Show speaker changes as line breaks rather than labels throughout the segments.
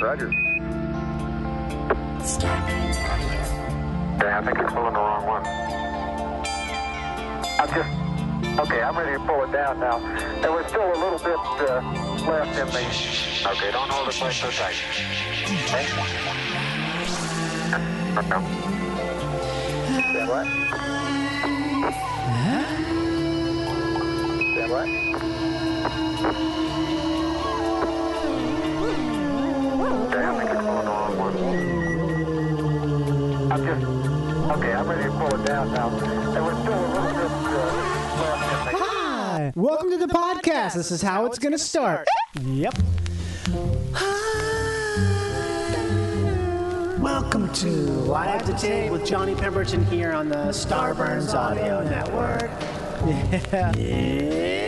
Roger.
Stargate's audio.
Yeah, I think you're pulling the wrong one. I'm just, okay, I'm ready to pull it down now. There was still a little bit uh, left in the. Okay, don't hold it quite so tight. Okay? Said what? Said what? Okay, I think you're pulling the wrong one. I'm just, okay, I'm ready to pull it down now. There was still a little bit uh, left in the...
Hi. Welcome to the podcast. This is how it's going to start. Yep. Welcome to Live to Today with Johnny Pemberton here on the Starburns Audio Network.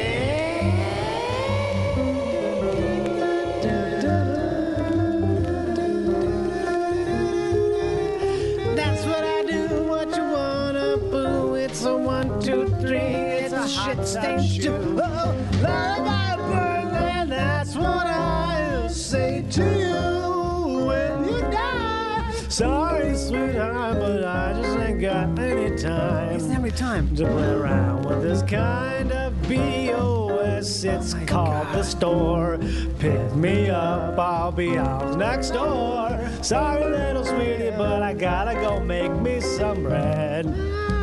That's what I do. What you wanna boo? It's a one, two, three. It's, a shit stain too. Oh, lullaby bird, and that's what I'll say to you when you die. Sorry, sweetheart, but I just ain't got any time
every time.
to play around with this kind of BOS. It's called the store. Pick me up, I'll be out next door. Sorry, little sweetie, but I gotta go make me some bread.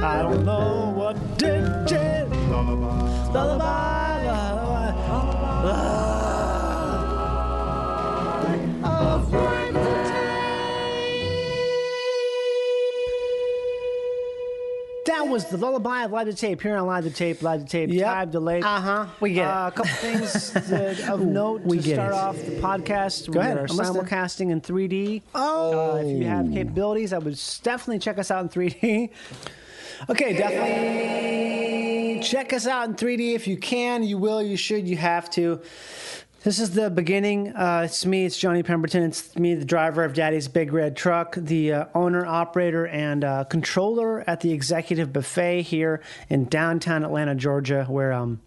I don't know what did it. Lullaby, lullaby, lullaby. That was the lullaby of Live to Tape here on Live to Tape, Live to Tape,
Yep.
Time Delayed.
Uh-huh. We get it.
Uh, a couple things that, of note
We
to
get
start
it.
off the podcast. we
ahead.
are
I'm listening.
simulcasting in 3D.
Oh.
Uh, if you have capabilities, I would s- definitely check us out in 3D. Okay, definitely check us out in 3D if you can. You will, you should, you have to. This is the beginning. Uh, it's me, it's Johnny Pemberton. It's me, the driver of Daddy's Big Red Truck, the uh, owner, operator, and uh, controller at the Executive Buffet here in downtown Atlanta, Georgia, where um,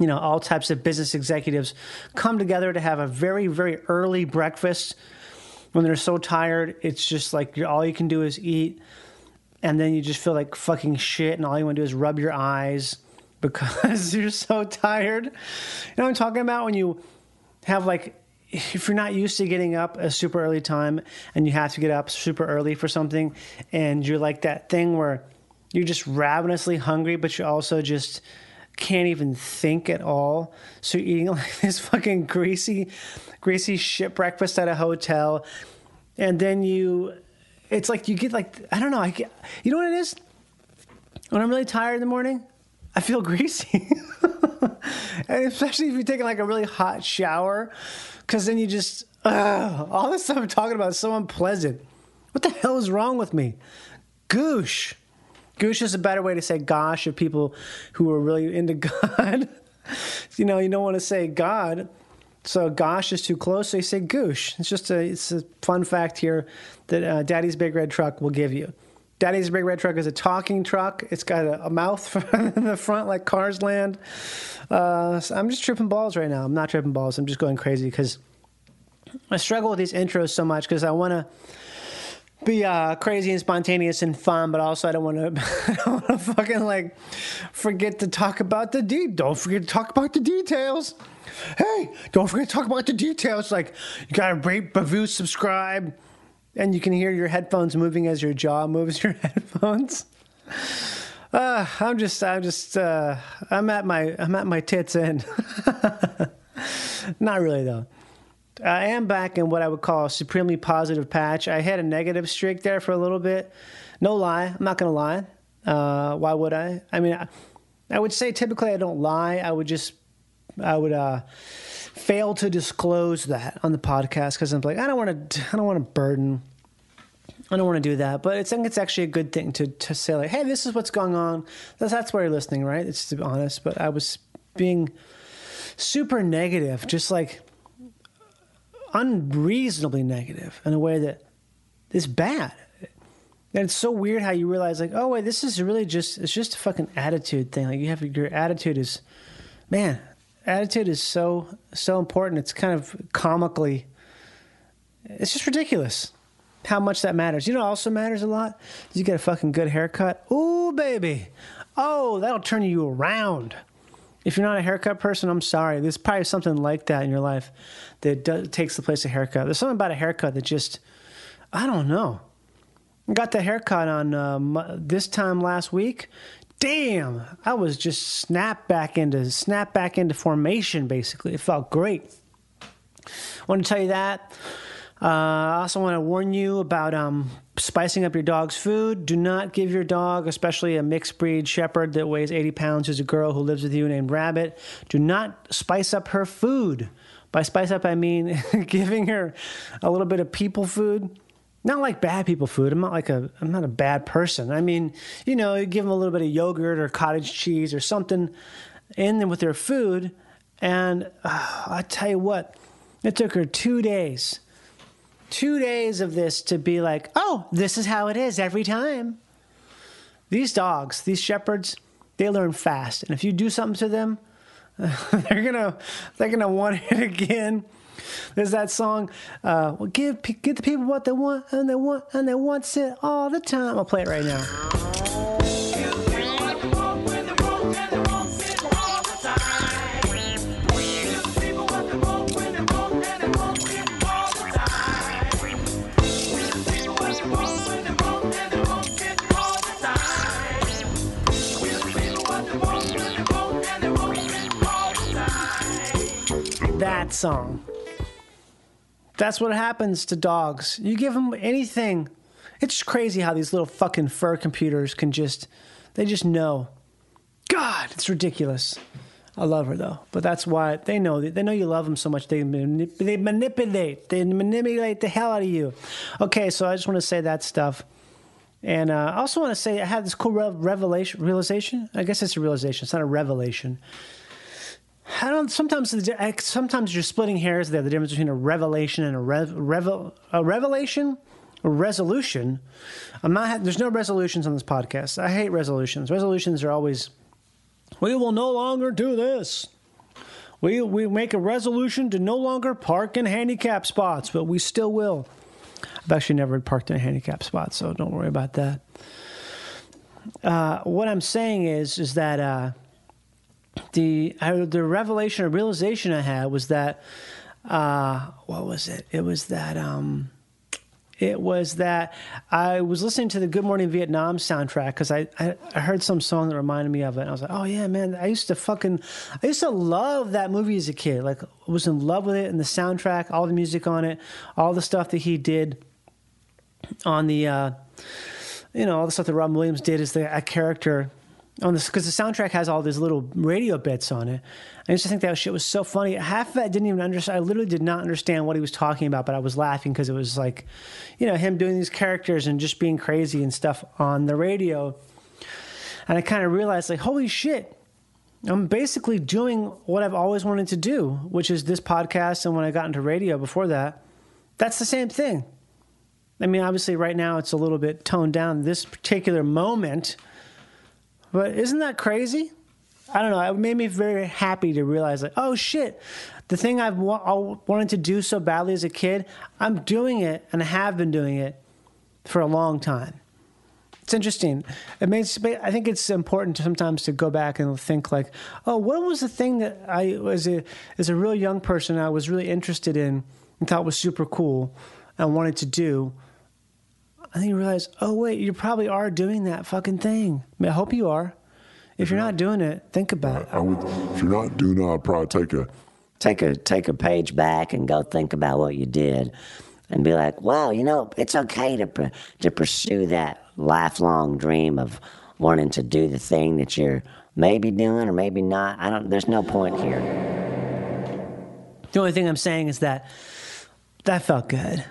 you know, all types of business executives come together to have a very, very early breakfast when they're so tired. It's just like you're, all you can do is eat, and then you just feel like fucking shit, and all you want to do is rub your eyes because you're so tired. You know what I'm talking about when you have like if you're not used to getting up a super early time and you have to get up super early for something and you're like that thing where you're just ravenously hungry but you also just can't even think at all so you're eating like this fucking greasy greasy shit breakfast at a hotel and then you it's like you get like i don't know i get you know what it is when i'm really tired in the morning i feel greasy and especially if you're taking like a really hot shower, because then you just ugh, all this stuff I'm talking about is so unpleasant. What the hell is wrong with me? Goosh, goosh is a better way to say gosh of people who are really into God. you know, you don't want to say God, so gosh is too close. So you say goosh. It's just a it's a fun fact here that uh, Daddy's Big Red Truck will give you. Daddy's Big Red Truck is a talking truck. It's got a, a mouth for in the front like Cars Land. Uh, so I'm just tripping balls right now. I'm not tripping balls. I'm just going crazy because I struggle with these intros so much because I want to be uh, crazy and spontaneous and fun, but also I don't want to I don't want to fucking like forget to talk about the de- don't forget to talk about the details. Hey, don't forget to talk about the details. Like you gotta rate, review, subscribe, and you can hear your headphones moving as your jaw moves your headphones. Uh, I'm just I'm just uh, I'm at my I'm at my tits end. Not really though. I am back in what I would call a supremely positive patch. I had a negative streak there for a little bit. No lie. I'm not going to lie. Uh, why would I? I mean, I, I would say typically I don't lie. I would just, I would uh, fail to disclose that on the podcast because I'm like, I don't want to, I don't want to burden. I don't want to do that, but it's, I think it's actually a good thing to, to say like, hey, this is what's going on. That's, that's why you're listening, right? It's to be honest, but I was being super negative, just like unreasonably negative in a way that is bad. And it's so weird how you realize, like, oh wait, this is really just it's just a fucking attitude thing. Like you have your attitude is, man, attitude is so so important. It's kind of comically It's just ridiculous how much that matters. You know, what also matters a lot. Is you get a fucking good haircut. Ooh, baby. Oh, that'll turn you around. If you're not a haircut person, I'm sorry. There's probably something like that in your life that does, takes the place of haircut. There's something about a haircut that just, I don't know. I got the haircut on uh, mo- this time last week. Damn, I was just snap back into snap back into formation. Basically, it felt great. Want to tell you that. Uh, I also want to warn you about um, spicing up your dog's food. Do not give your dog, especially a mixed breed shepherd that weighs 80 pounds, who's a girl who lives with you named Rabbit, do not spice up her food. By spice up, I mean giving her a little bit of people food. Not like bad people food. I'm not like a I'm not a bad person. I mean, you know, you give them a little bit of yogurt or cottage cheese or something in them with their food, and uh, I tell you what, it took her two days two days of this to be like, oh, this is how it is every time. These dogs, these shepherds, they learn fast, and if you do something to them, they're gonna they're gonna want it again. There's that song, uh, well, give pe- give the people what they want, and they want and they want it all the time. I'll play it right now. that song. That's what happens to dogs. You give them anything. It's crazy how these little fucking fur computers can just, they just know. God, it's ridiculous. I love her though, but that's why they know they know you love them so much. They manip- they manipulate, they manipulate the hell out of you. Okay, so I just want to say that stuff, and uh, I also want to say I had this cool rev- revelation, realization. I guess it's a realization. It's not a revelation. I don't. Sometimes, the- I- sometimes you're splitting hairs there. The difference between a revelation and a rev, revel, a revelation, a resolution. I'm not. ha- There's no resolutions on this podcast. I hate resolutions. Resolutions are always, we will no longer do this. We we make a resolution to no longer park in handicap spots, but we still will. I've actually never parked in a handicap spot, so don't worry about that. Uh, what I'm saying is, is that. Uh, the I, the revelation or realization I had was that uh, what was it? It was that um, it was that I was listening to the Good Morning Vietnam soundtrack because I, I I heard some song that reminded me of it. And I was like, oh yeah, man, I used to fucking I used to love that movie as a kid. Like I was in love with it and the soundtrack, all the music on it, all the stuff that he did on the. Uh, you know all the stuff that Robin Williams did is the a character on this because the soundtrack has all these little radio bits on it. I used to think that shit was so funny. Half of that didn't even understand. I literally did not understand what he was talking about, but I was laughing because it was like, you know, him doing these characters and just being crazy and stuff on the radio. And I kind of realized, like, holy shit, I'm basically doing what I've always wanted to do, which is this podcast. And when I got into radio before that, that's the same thing. I mean, obviously, right now it's a little bit toned down this particular moment, but isn't that crazy? I don't know. It made me very happy to realize, like, oh shit, the thing I've wa- I wanted to do so badly as a kid, I'm doing it, and I have been doing it for a long time. It's interesting. It makes. I think it's important to sometimes to go back and think, like, oh, what was the thing that I as a as a real young person I was really interested in and thought was super cool and wanted to do. And then you realize, oh wait, you probably are doing that fucking thing. I, mean, I hope you are. If you're not doing it, think about it.
I would, if you're not doing it, I'd probably take a,
take a take a page back and go think about what you did and be like wow you know it's okay to pr- to pursue that lifelong dream of wanting to do the thing that you're maybe doing or maybe not i don't there's no point here
The only thing I'm saying is that that felt good.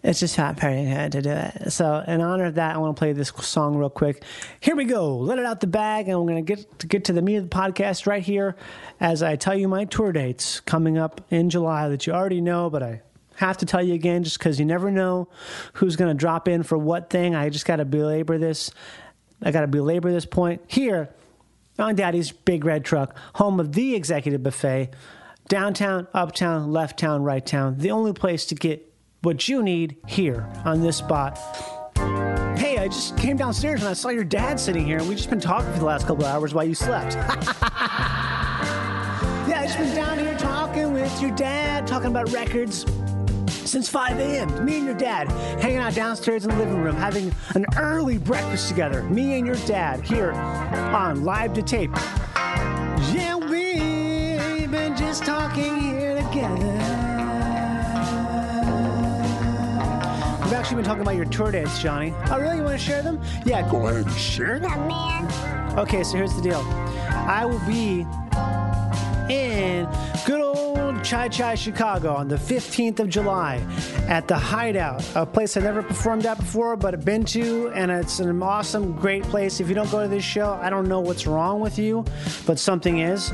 It's just not very good to do it. So, in honor of that, I want to play this song real quick. Here we go. Let it out the bag, and we're going to get to get to the meat of the podcast right here as I tell you my tour dates coming up in July that you already know, but I have to tell you again just because you never know who's going to drop in for what thing. I just got to belabor this. I got to belabor this point here on Daddy's Big Red Truck, home of the Executive Buffet, downtown, uptown, left town, right town, the only place to get what you need here on this spot. Hey, I just came downstairs and I saw your dad sitting here, and we've just been talking for the last couple of hours while you slept. yeah, I just been down here talking with your dad, talking about records since 5 a.m. Me and your dad hanging out downstairs in the living room, having an early breakfast together. Me and your dad here on live to tape. Yeah, we've been just talking here together. We've actually been talking about your tour dates, Johnny. Oh, really? You want to share them? Yeah,
Go ahead and share that.
Okay, so here's the deal. I will be in good old Chai Chai Chicago on the 15th of July at the Hideout, a place I've never performed at before, but I've been to, and it's an awesome, great place. If you don't go to this show, I don't know what's wrong with you, but something is.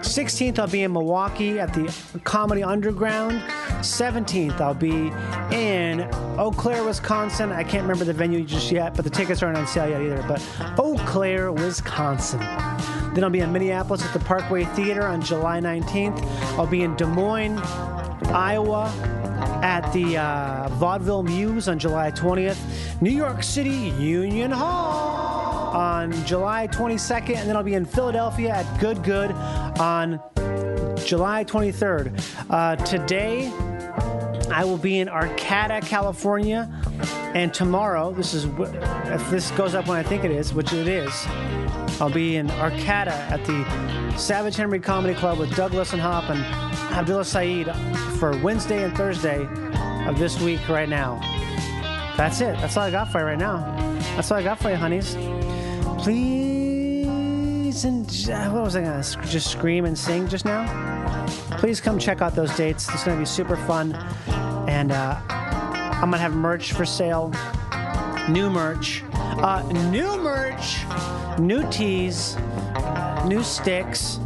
16th, I'll be in Milwaukee at the Comedy Underground. 17th, I'll be in Eau Claire, Wisconsin. I can't remember the venue just yet, but the tickets aren't on sale yet either. But Eau Claire, Wisconsin. Then I'll be in Minneapolis at the Parkway Theater on July 19th. I'll be in Des Moines, Iowa at the uh, Vaudeville Muse on July 20th. New York City, Union Hall on July 22nd, and then I'll be in Philadelphia at Good Good on July 23rd. Uh, today, I will be in Arcata, California, and tomorrow, this is wh- if this goes up when I think it is, which it is. I'll be in Arcata at the Savage Henry Comedy Club with Douglas and Hop and Abdullah Saeed for Wednesday and Thursday of this week right now. That's it. That's all I got for you right now. That's all I got for you, honeys. Please, and what was I gonna sc- just scream and sing just now? Please come check out those dates. It's gonna be super fun, and uh, I'm gonna have merch for sale. New merch, uh, new merch, new tees, new sticks.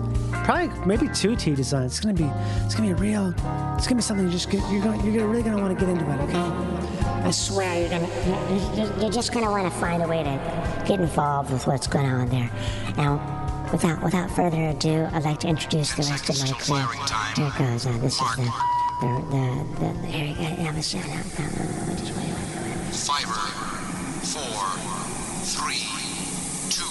Probably maybe two tee designs. It's gonna be it's gonna be a real. It's gonna be something you just get, you're gonna, you're gonna- really gonna want to get into it. Okay.
I swear you're gonna you- you're just gonna want to find a way to get involved with what's going on there. Now, without without further ado, I'd like to introduce the rest of my crew. Here it goes. Uh, this is the the the, the, here you go. Yeah, this- yeah, yeah, yeah, yeah, yeah, just wait, wait, wait, wait.
Fiber. Four, three, two,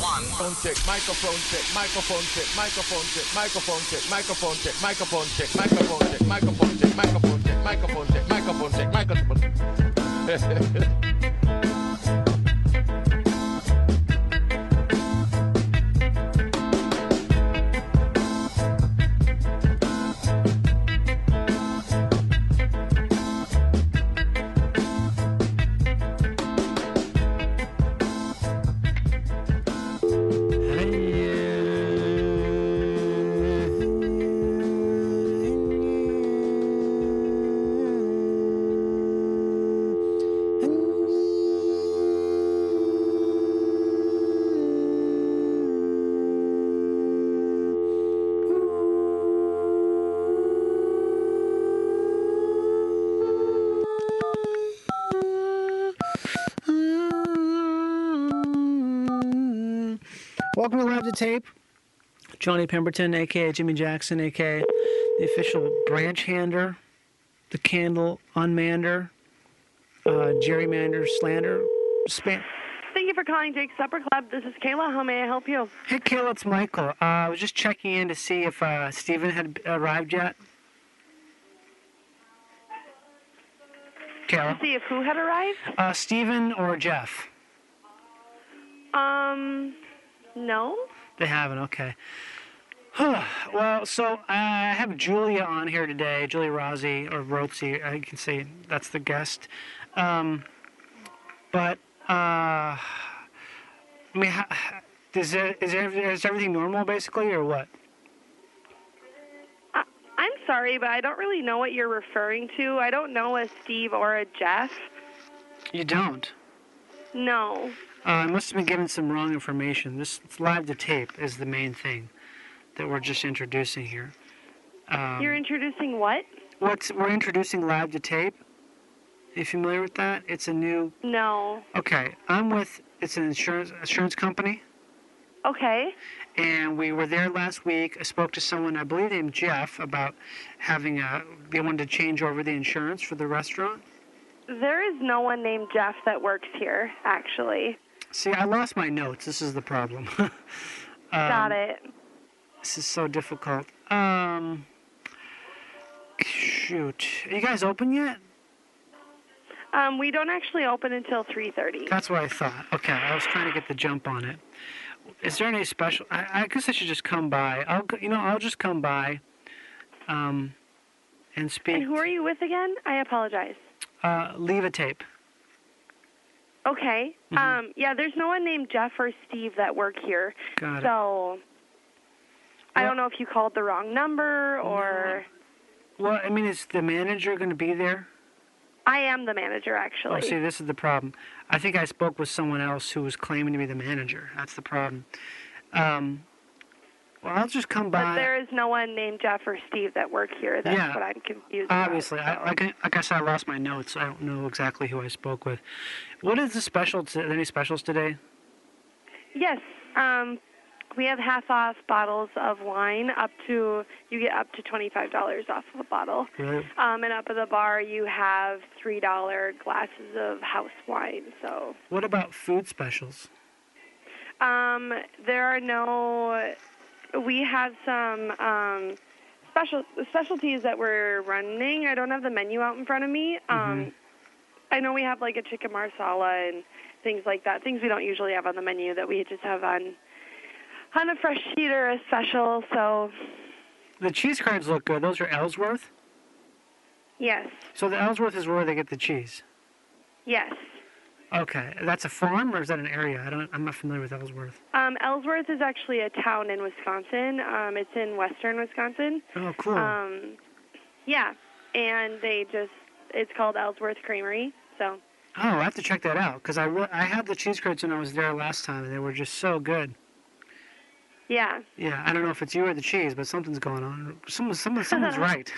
one.
Microphone check, microphone check, microphone check, microphone check, microphone check, microphone check, microphone check, microphone check, microphone check, microphone check, microphone check, microphone check, microphone check.
Welcome to Live to Tape. Johnny Pemberton, aka Jimmy Jackson, aka the official branch hander, the candle unmander, uh, gerrymander, slander, spam.
Thank you for calling Jake's Supper Club. This is Kayla. How may I help you?
Hey, Kayla, it's Michael. Uh, I was just checking in to see if uh, Steven had arrived yet. Kayla?
See if who had arrived?
Uh, Steven or Jeff?
Um, no.
They haven't. Okay. well, so uh, I have Julia on here today. Julia Rossi or Rozi, I can say that's the guest. Um, but uh, I mean, ho- is there, is there is everything normal basically or what?
I, I'm sorry, but I don't really know what you're referring to. I don't know a Steve or a Jeff.
You don't.
No.
Uh, I must have been given some wrong information. This it's live to tape is the main thing that we're just introducing here. Um,
You're introducing what?
what's we're introducing live to tape. Are you familiar with that? It's a new
No.
Okay, I'm with it's an insurance insurance company.
Okay.
and we were there last week. I spoke to someone, I believe named Jeff, about having a they wanted to change over the insurance for the restaurant.
There is no one named Jeff that works here, actually.
See, I lost my notes. This is the problem. Um,
Got it.
this is so difficult. Um, shoot, are you guys open yet?
Um, we don't actually open until 3:30.
That's what I thought. Okay, I was trying to get the jump on it. Is there any special? I, I guess I should just come by. I'll, go- you know, I'll just come by, um, and speak.
And who are you with again? I apologize.
Uh, leave a tape.
Okay.
Mm-hmm.
Um, yeah, there's no one named Jeff or Steve that work here.
Got it.
so I don't know if you called the wrong number or
Mm-hmm. Well, I mean, is the manager going to be there?
I am the manager actually.
Oh, see, this is the problem. I think I spoke with someone else who was claiming to be the manager. That's the problem. Um, well, I'll just come
but
by.
there is no one named Jeff or Steve that work here. That's
Yeah.
what I'm confused about.
Obviously, I, like, I, like I said, I lost my notes. I don't know exactly who I spoke with. What is the special? T- any specials today?
Yes. Um, we have half off bottles of wine up to you get up to twenty five dollars off of a bottle.
Really?
Um, and up at the bar you have three dollar glasses of house wine. So
What about food specials?
um, there are no. We have some um, special specialties that we're running. I don't have the menu out in front of me. Um, I know we have like a chicken marsala and things like that. Things we don't usually have on the menu that we just have on on a fresh sheet or a special. So
The cheese cards look good. Those are Ellsworth.
yes,
So the Ellsworth is where they get the cheese.
yes.
Okay, that's a farm or is that an area? I don't. I'm not familiar with Ellsworth.
Um, Ellsworth is actually a town in Wisconsin. Um, it's in western Wisconsin.
Oh, cool.
Um, yeah, and they just it's called Ellsworth Creamery. So
Oh, I have to check that out because I, re- I had the cheese curds when I was there last time and they were just so good.
yeah,
Yeah, I don't know if it's you or the cheese, but something's going on. Someone, someone, someone's right.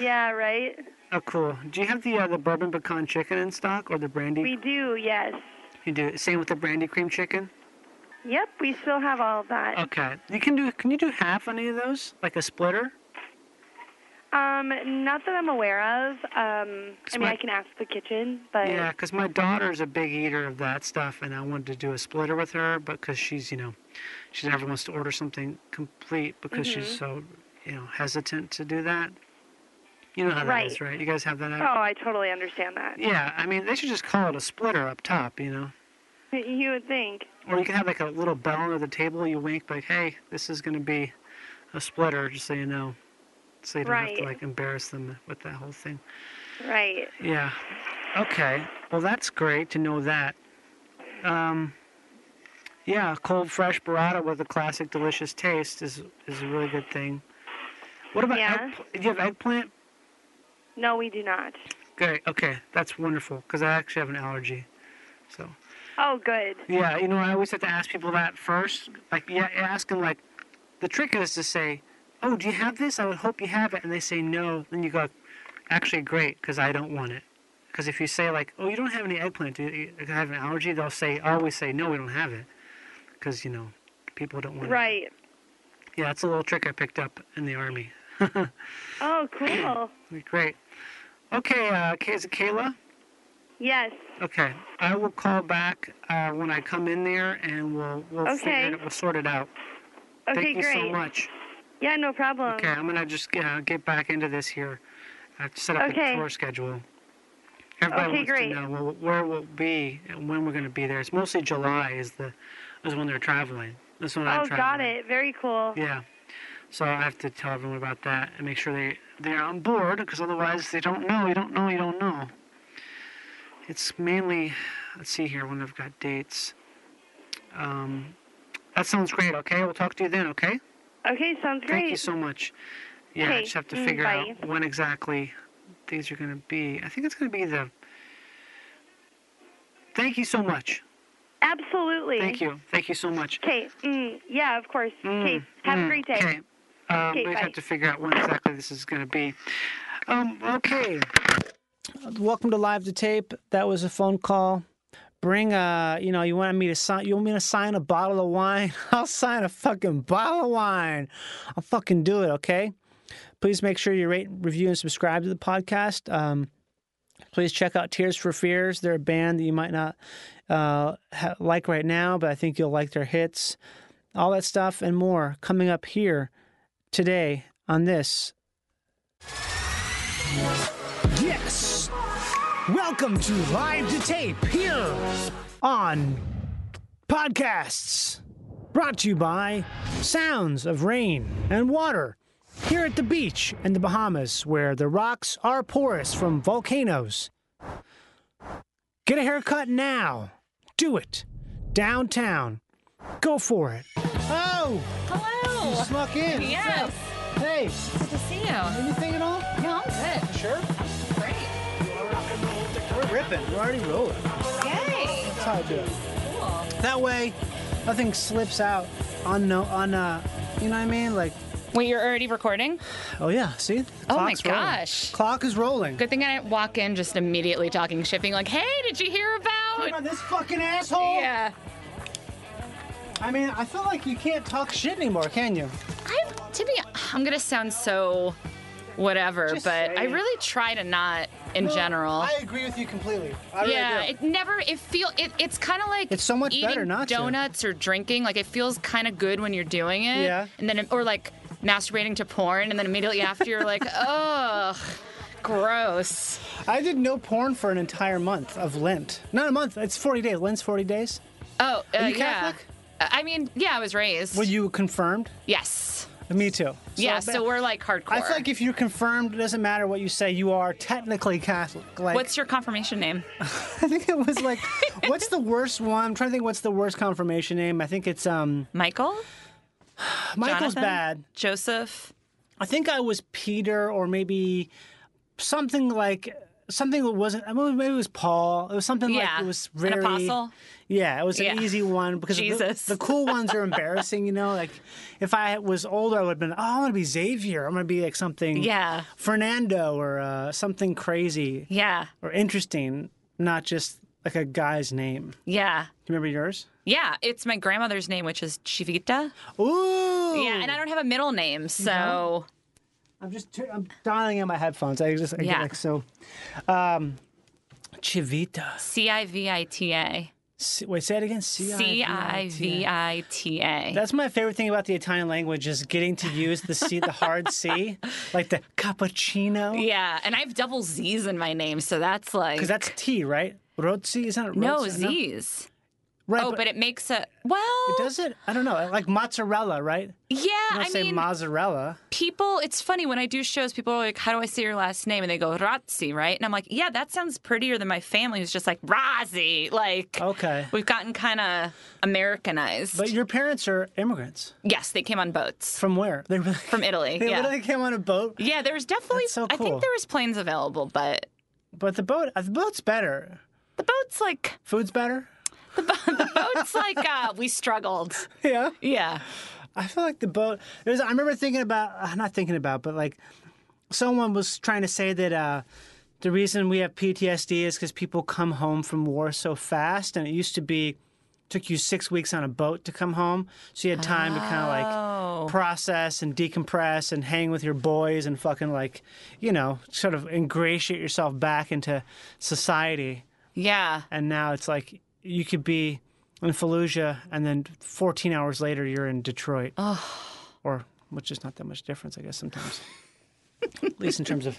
yeah, right.
oh, cool. Do you have the uh, the bourbon pecan chicken in stock or the brandy?
We do, yes.
you do. Same with the brandy cream chicken.
Yep, we still have all of that.
Okay. You can do. Can you do half on any of those, like a splitter?
Um, not that I'm aware of. Um, I mean,
my-
I can ask the kitchen, but
Yeah, because my daughter's a big eater of that stuff, and I wanted to do a splitter with her, but because she's, you know, she never wants to order something complete because
Mm-hmm.
she's so, you know, hesitant to do that. You know how that is,
Right.
right? You guys have that out?
oh, I totally understand that.
Yeah, I mean, they should just call it a splitter up top, you know?
You would think.
Or you can have like a little bell under the table, you wink, like, hey, this is going to be a splitter, just so you know. So you don't have to
Right.
like embarrass them with that whole thing.
Right.
Yeah. Okay. Well, that's great to know that. Um, yeah, cold fresh burrata with a classic delicious taste is is a really good thing. What about
Yeah.
eggpl- do you have eggplant?
No, we do not.
Great. Okay, that's wonderful because I actually have an allergy. So
Oh, good.
yeah, you know I always have to ask people that first. Like yeah, ask them like the trick is to say, oh, do you have this? I would hope you have it, and they say no. Then you go, actually great because I don't want it. Because if you say like, "Oh, you don't have any eggplant," do you you have an allergy? They'll say, always say, "No, we don't have it," because you know, people don't want it.
Right.
Yeah, that's a little trick I picked up in the army.
Oh, cool.
Great. Okay, uh, Kay- is it Kayla?
Yes.
Okay, I will call back uh, when I come in there, and we'll we'll
Okay.
figure it, we'll sort it out.
Okay,
Thank you
great.
so much.
Yeah, no problem.
Okay, I'm gonna just uh, get back into this here. I have to set up
Okay.
a tour schedule. Everybody
Okay,
wants
great.
to know wh- where we'll be and when we're gonna be there. It's mostly July is the is when they're traveling. That's when I'm
Oh, got
traveling.
it. Very cool.
Yeah. So I have to tell everyone about that and make sure they they're on board because otherwise they don't know. You don't know. You don't know. It's mainly let's see here when I've got dates. Um, that sounds great. Okay, we'll talk to you then. Okay.
Okay, sounds great.
Thank you so much. Yeah, I
Okay,
just have to
mm,
figure
bye.
out when exactly these are going to be. I think it's going to be the. Thank you so much.
Absolutely.
Thank you. Thank you so much.
Okay. Mm, yeah, of course. Okay. Have a great day.
Mm, Okay. Um,
Okay,
we
bye.
have to figure out when exactly this is going to be. Um, okay.
Welcome to Live to Tape. That was a phone call
bring a, you know, you want me to sign, you want me to sign a bottle of wine? I'll sign a fucking bottle of wine. I'll fucking do it, okay? Please make sure you rate, review, and subscribe to the podcast. Um, please check out Tears for Fears. They're a band that you might not uh, ha- like right now, but I think you'll like their hits. All that stuff and more coming up here today on this. Yes! Welcome to Live to Tape here on podcasts. Brought to you by Sounds of Rain and Water. Here at the beach in the Bahamas, where the rocks are porous from volcanoes. Get a haircut now. Do it. Downtown. Go for it. Oh!
Hello.
You snuck in.
Yes.
Hey,
Good to see you. No,
anything at all?
I'm good.
Sure.
Great.
We're ripping. We're already rolling.
Yay.
That's how I do it.
Cool.
That way, nothing slips out on no on uh, you know what I mean? Like,
Wait, you're already recording?
oh yeah, see?
Oh my
rolling.
gosh.
Clock is rolling.
Good thing I didn't walk in just immediately talking shit, being like, "Hey, did you hear
Talking about
about?"
this fucking asshole.
Yeah.
I mean, I feel like you can't talk shit anymore, can you?
I to be I'm gonna sound so whatever,
Just
but
say
I
it.
really try to not in
No,
general.
I agree with you completely. I
yeah,
really do.
it never. It feel it. It's kind of like
It's so much
eating
better not to.
donuts or drinking. Like it feels kind of good when you're doing it.
Yeah.
And then or like masturbating to porn, and then immediately after you're like, ugh, gross.
I did no porn for an entire month of Lent. Not a month. It's 40 days. Lent's 40 days.
Oh, uh,
Are you
yeah.
Catholic?
Uh, I mean, yeah, I was raised.
Were you confirmed?
Yes.
Me too. So
yeah.
I bet-
So we're like hardcore.
I feel like if you're confirmed, it doesn't matter what you say. You are technically Catholic. Like,
What's your confirmation name?
I think it was like, what's the worst one? I'm trying to think. What's the worst confirmation name? I think it's um
Michael.
Michael's
Jonathan?
bad.
Joseph.
I think I was Peter or maybe something like something that wasn't. I mean, maybe it was Paul. It was something
Yeah.
like it was
An
very
apostle?
Yeah, it was
Yeah.
an easy one because the-
Jesus.
The, cool ones are embarrassing. You know, like if I was older, I would have been. Oh, I'm gonna be Xavier. I'm gonna be like something.
Yeah.
Fernando or uh, something crazy
Yeah.
or interesting, not just like a guy's name.
Yeah.
Do you remember yours?
Yeah, it's my grandmother's name, which is Chivita.
Ooh.
Yeah, and I don't have a middle name, so
I'm just tu- I'm dialing in my headphones. I just I get
Yeah.
like so. Um, Chivita.
C I V I T A.
C- wait, say it again. C
C I V I T A.
That's my favorite thing about the Italian language is getting to use the C, the hard C, like the cappuccino,
Yeah, and I have double Z's in my name, so that's like
because that's T, right? Rozzi, isn't it?
no
Rozzi?
Z's.
Right,
Oh, but, it makes a well.
it does it. I don't know. Like mozzarella, right?
Yeah,
You don't
I
say
mean,
mozzarella.
people. It's funny when I do shows, people are like, "How do I say your last name?" And they go Razzi, right? And I'm like, "Yeah, that sounds prettier than my family who's just like Razzi." Like,
Okay.
we've gotten kind of Americanized.
But your parents are immigrants.
yes, they came on boats.
From where? They really,
From Italy,
They
yeah.
literally came on a boat,
Yeah, there was definitely.
That's so
I
cool.
think there was planes available, but
but the boat the boat's better.
the boat's like
Food's better.
the boat's like uh, we struggled.
Yeah.
Yeah,
I feel like the boat. There's. I remember thinking about. uh, Not thinking about, but like, someone was trying to say that uh, the reason we have PTSD is because people come home from war so fast, and it used to be took you six weeks on a boat to come home, so you had time to kind of like process and decompress and hang with your boys and fucking like, you know, sort of ingratiate yourself back into society
yeah,
and now it's like you could be in Fallujah, and then 14 hours later you're in Detroit, or which is not that much difference, I guess sometimes. At least in terms of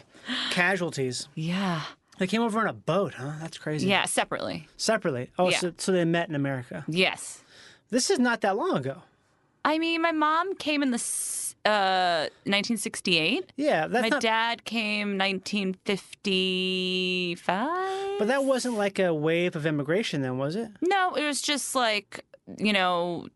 casualties,
yeah,
they came over on a boat, huh? That's crazy.
yeah. Separately,
Separately. Oh,
Yeah.
so, so they met in America.
yes.
This is not that long ago.
I mean, my mom came in the s- uh, 1968.
Yeah, that's
My
not.
dad came 1955.
but that wasn't like a wave of immigration, then, was it?
No, it was just like you know.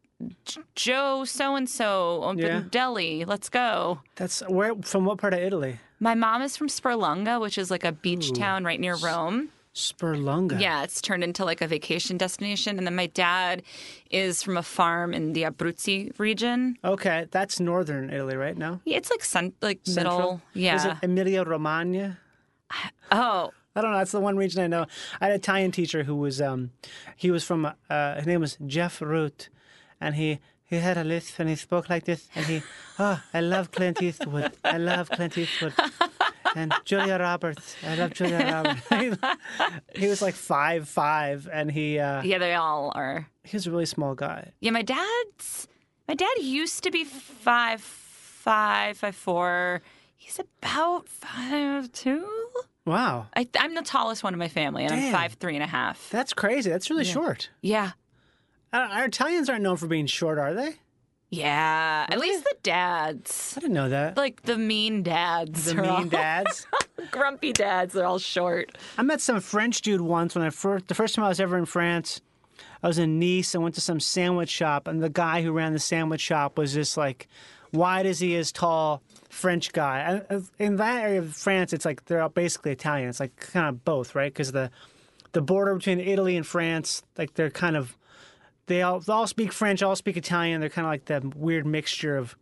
J- Joe so and so opened
Yeah.
Delhi. Let's go.
That's where from what part of Italy?
My mom is from Spurlunga, which is like a beach town right near Rome.
Spurlunga.
Yeah, it's turned into like a vacation destination. And then my dad is from a farm in the Abruzzi region.
Okay, that's northern Italy, right now.
Yeah, It's like sun, like
Central.
middle. Yeah.
Is it Emilia Romagna?
oh,
I don't know. That's the one region I know. I had an Italian teacher who was, um, he was from, uh, his name was Jeff Root, and he he had a lisp and he spoke like this, and he, oh, I love Clint Eastwood. I love Clint Eastwood. And Julia Roberts. I love Julia Roberts. he was like five five, and he uh,
Yeah, they all are.
he was a really small guy.
Yeah, my dad's my dad used to be five five five four. He's about five two.
Wow,
I, I'm the tallest one in my family, and
Damn.
I'm five three and a half.
that's crazy. That's really short.
Yeah,
Uh, Our Italians aren't known for being short, are they?
yeah. At least the dads,
I didn't know that.
like the mean dads,
the
are all-
mean dads.
grumpy dads, they're all short.
I met some French dude once when I first the first time I was ever in France. I was in Nice and went to some sandwich shop, and the guy who ran the sandwich shop was this like wide as he is tall French guy. And in that area of France, it's like they're all basically Italian. It's like kind of both, right? Because the the border between Italy and France, like they're kind of they all they all speak French, all speak Italian. They're kind of like that weird mixture of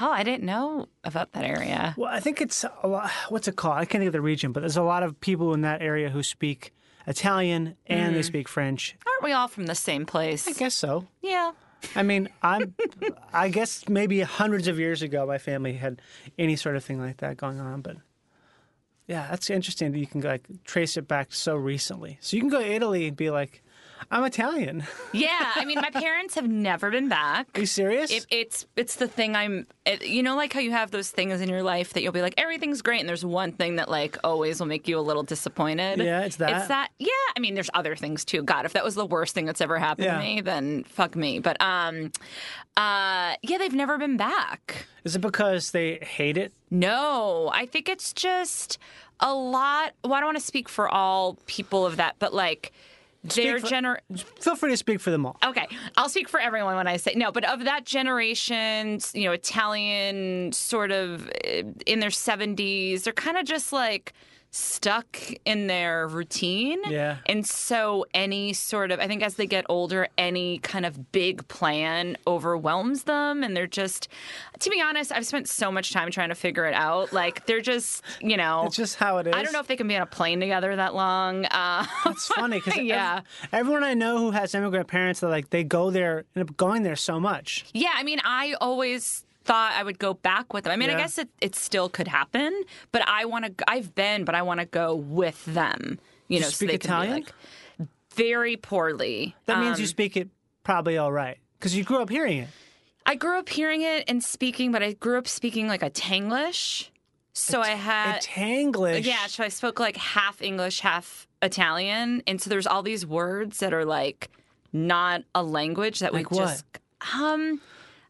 Oh, I didn't know about that area.
well, I think it's a lot, what's it called? I can't think of the region, but there's a lot of people in that area who speak Italian and
Mm.
they speak French.
Aren't we all from the same place?
I guess so.
Yeah.
I mean, I'm, I guess maybe hundreds of years ago, my family had any sort of thing like that going on, but yeah, that's interesting that you can like trace it back so recently. So you can go to Italy and be like, I'm Italian.
Yeah. I mean, my parents have never been back.
Are you serious?
It, it's it's the thing I'm. It, you know, like how you have those things in your life that you'll be like, everything's great, and there's one thing that like always will make you a little disappointed.
Yeah, it's that.
It's that. Yeah, I mean, there's other things too. God, if that was the worst thing that's ever happened
Yeah.
to me, then fuck me. But um, uh, yeah, they've never been back.
Is it because they hate it?
No, I think it's just a lot. Well, I don't want to speak for all people of that, but like. Their
for-
gener-
Feel free to speak for them all.
Okay, I'll speak for everyone when I say no, but of that generation, you know, Italian sort of eh, in their 70s, they're kind of just like stuck in their routine.
Yeah.
And so any sort of I think as they get older, any kind of big plan overwhelms them and they're just to be honest, I've spent so much time trying to figure it out. Like they're just, you know,
It's just how it is.
I don't know if they can be on a plane together that long. Uh,
It's funny because
Yeah.
everyone I know who has immigrant parents, they like they go there, end up going there so much.
Yeah, I mean, I always thought I would go back with them. I mean, I
Yeah.
guess it, it still could happen, but I want to. I've been, but I want to go with them. You
You
know,
speak
so they can be,
Italian?
like, very poorly. Um,
That means you speak it probably all right because you grew up hearing it.
I grew up hearing it and speaking, but I grew up speaking like a Tanglish. So I had
it's English.
Uh, Yeah, so I spoke like half English, half Italian, and so there's all these words that are like not a language that
Like
we
what?
just um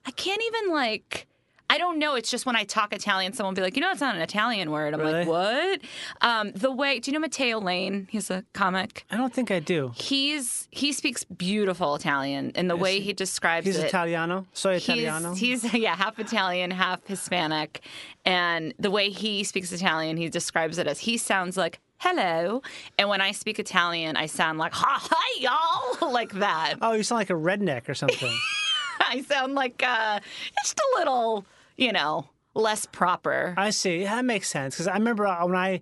I can't even like I don't know. It's just when I talk Italian, someone will be like, you know, that's not an Italian word. I'm
Really?
like, what? Um, the way, do you know Matteo Lane? He's a comic.
I don't think I do.
He's he speaks beautiful Italian, and the way he describes
He's
it,
Italiano. Soy Italiano.
He's, he's yeah, half Italian, half Hispanic, and the way he speaks Italian, he describes it as he sounds like hello, and when I speak Italian, I sound like hi, hi y'all, like that.
oh, you sound like a redneck or something.
I sound like uh, just a little, you know, less proper.
I see. Yeah, that makes sense because I remember uh, when I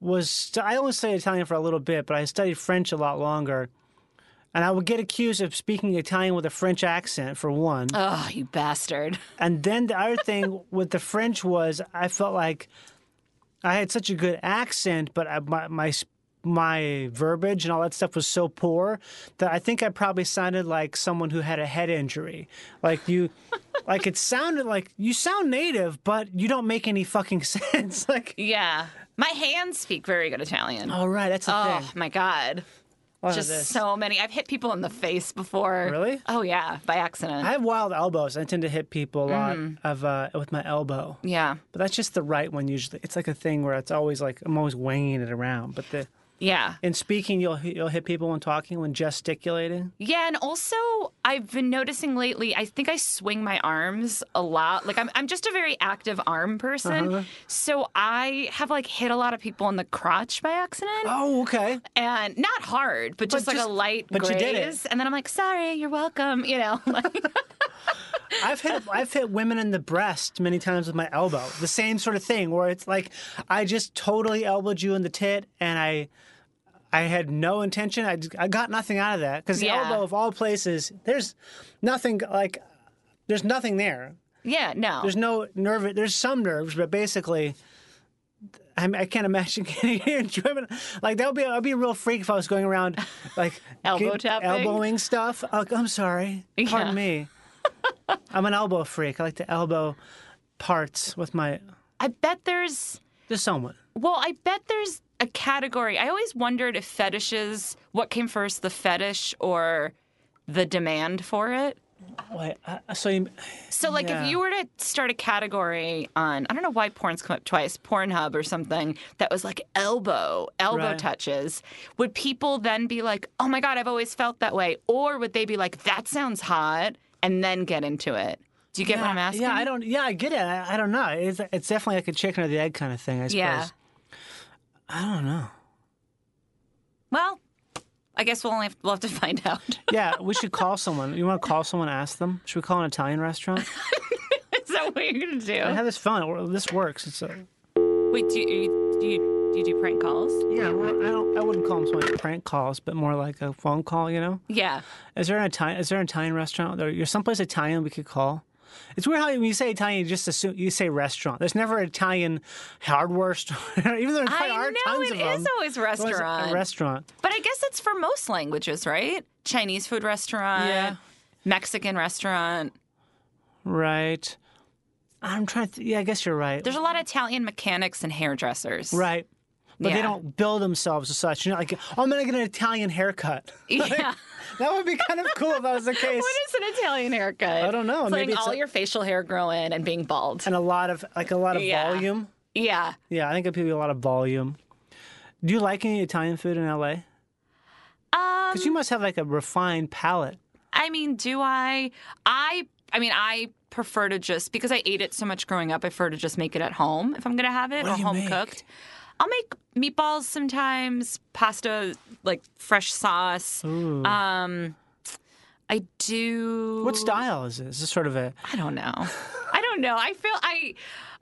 was st- I only studied Italian for a little bit, but I studied French a lot longer. And I would get accused of speaking Italian with a French accent for one.
oh, you bastard!
And then the other thing with the French was I felt like I had such a good accent, but I, my my s- my verbiage and all that stuff was so poor that I think I probably sounded like someone who had a head injury. Like you, like it sounded like you sound native, but you don't make any fucking sense. Like,
Yeah, my hands speak very good Italian.
all right, that's the
Oh
thing.
my god.
Look at
Just
this.
so many. I've hit people in the face before.
Really?
Oh yeah, by accident.
I have wild elbows. I tend to hit people a lot
Mm-hmm.
of uh, with my elbow.
yeah.
But that's just the right one usually. It's like a thing where it's always like I'm always wanging it around. But the
Yeah.
In speaking, you'll you'll hit people when talking, when gesticulating.
Yeah, and also I've been noticing lately. I think I swing my arms a lot. Like I'm, I'm just a very active arm person.
Uh-huh.
So I have like hit a lot of people in the crotch by accident,
Oh, okay.
and not hard, but just like
just-
a light
but you
graze.
did it.
And then I'm like, sorry, you're welcome. You know, like,
I've hit I've hit women in the breast many times with my elbow. The same sort of thing where it's like I just totally elbowed you in the tit, and I I had no intention. I, just- I got nothing out of that because
Yeah.
the elbow of all places, there's nothing like there's nothing there.
Yeah, no.
There's no nerve. There's some nerves, but basically, I, I can't imagine getting any enjoyment. Like that would be I'd be a real freak if I was going around like
Elbow
get-
tapping?
elbowing stuff. Like, I'm sorry,
Yeah.
pardon me. I'm an elbow freak. I like to elbow parts with my
I bet there's
just someone.
Well, I bet there's a category. I always wondered if fetishes, what came first, the fetish or the demand for it?
Wait, I, so you,
So, like,
Yeah.
if you were to start a category on, I don't know why porn's come up twice, Pornhub or something, that was like elbow, elbow
Right.
touches, would people then be like, oh my God, I've always felt that way? Or would they be like, that sounds hot, and then get into it? Do you get what I'm asking?
Yeah, I don't. Yeah, I get it. I, I don't know. It's, it's definitely like a chicken or the egg kind of thing. I suppose.
Yeah.
I don't know.
Well, I guess we'll only have, we'll have to find out.
Yeah, we should call someone. You want to call someone? Ask them. Should we call an Italian restaurant?
Is that what you're going to do?
I have this phone. This works. It's a,
Wait, do you, do you do you do prank calls?
Yeah, well,
I don't. I wouldn't call them so much prank calls, but more like a phone call. You know?
Yeah.
Is there an Italian? Is there an Italian restaurant? Or you're someplace Italian we could call. It's weird how when you say Italian, you just assume you say restaurant. There's never an Italian hardware store, even though there
I
probably are
know
tons
it
of them.
is always
It's always
restaurant.
A restaurant.
but I guess it's for most languages, right? Chinese food restaurant,
Yeah.
Mexican restaurant.
Right. I'm trying to. Th- yeah, I guess you're right.
There's a lot of Italian mechanics and hairdressers.
right. But they
Yeah.
don't bill themselves as such. You know, like, oh, I'm going to get an Italian haircut.
Yeah.
That would be kind of cool if that was the case.
What is an Italian haircut?
I don't know.
It's
Maybe
letting
it's
all
a-
your facial hair grow in and being bald.
and a lot of like a lot of
Yeah.
volume.
Yeah.
Yeah, I think it'd be a lot of volume. Do you like any Italian food in LA?
Um,
Because you must have like a refined palate.
I mean, do I? I I mean, I prefer to just because I ate it so much growing up. I prefer to just make it at home if I'm gonna have it
What
or
do you
home
make?
cooked. I'll make meatballs sometimes, pasta like fresh sauce. Um, I do.
What style is it? Is this sort of a
I don't know. I don't know. I feel I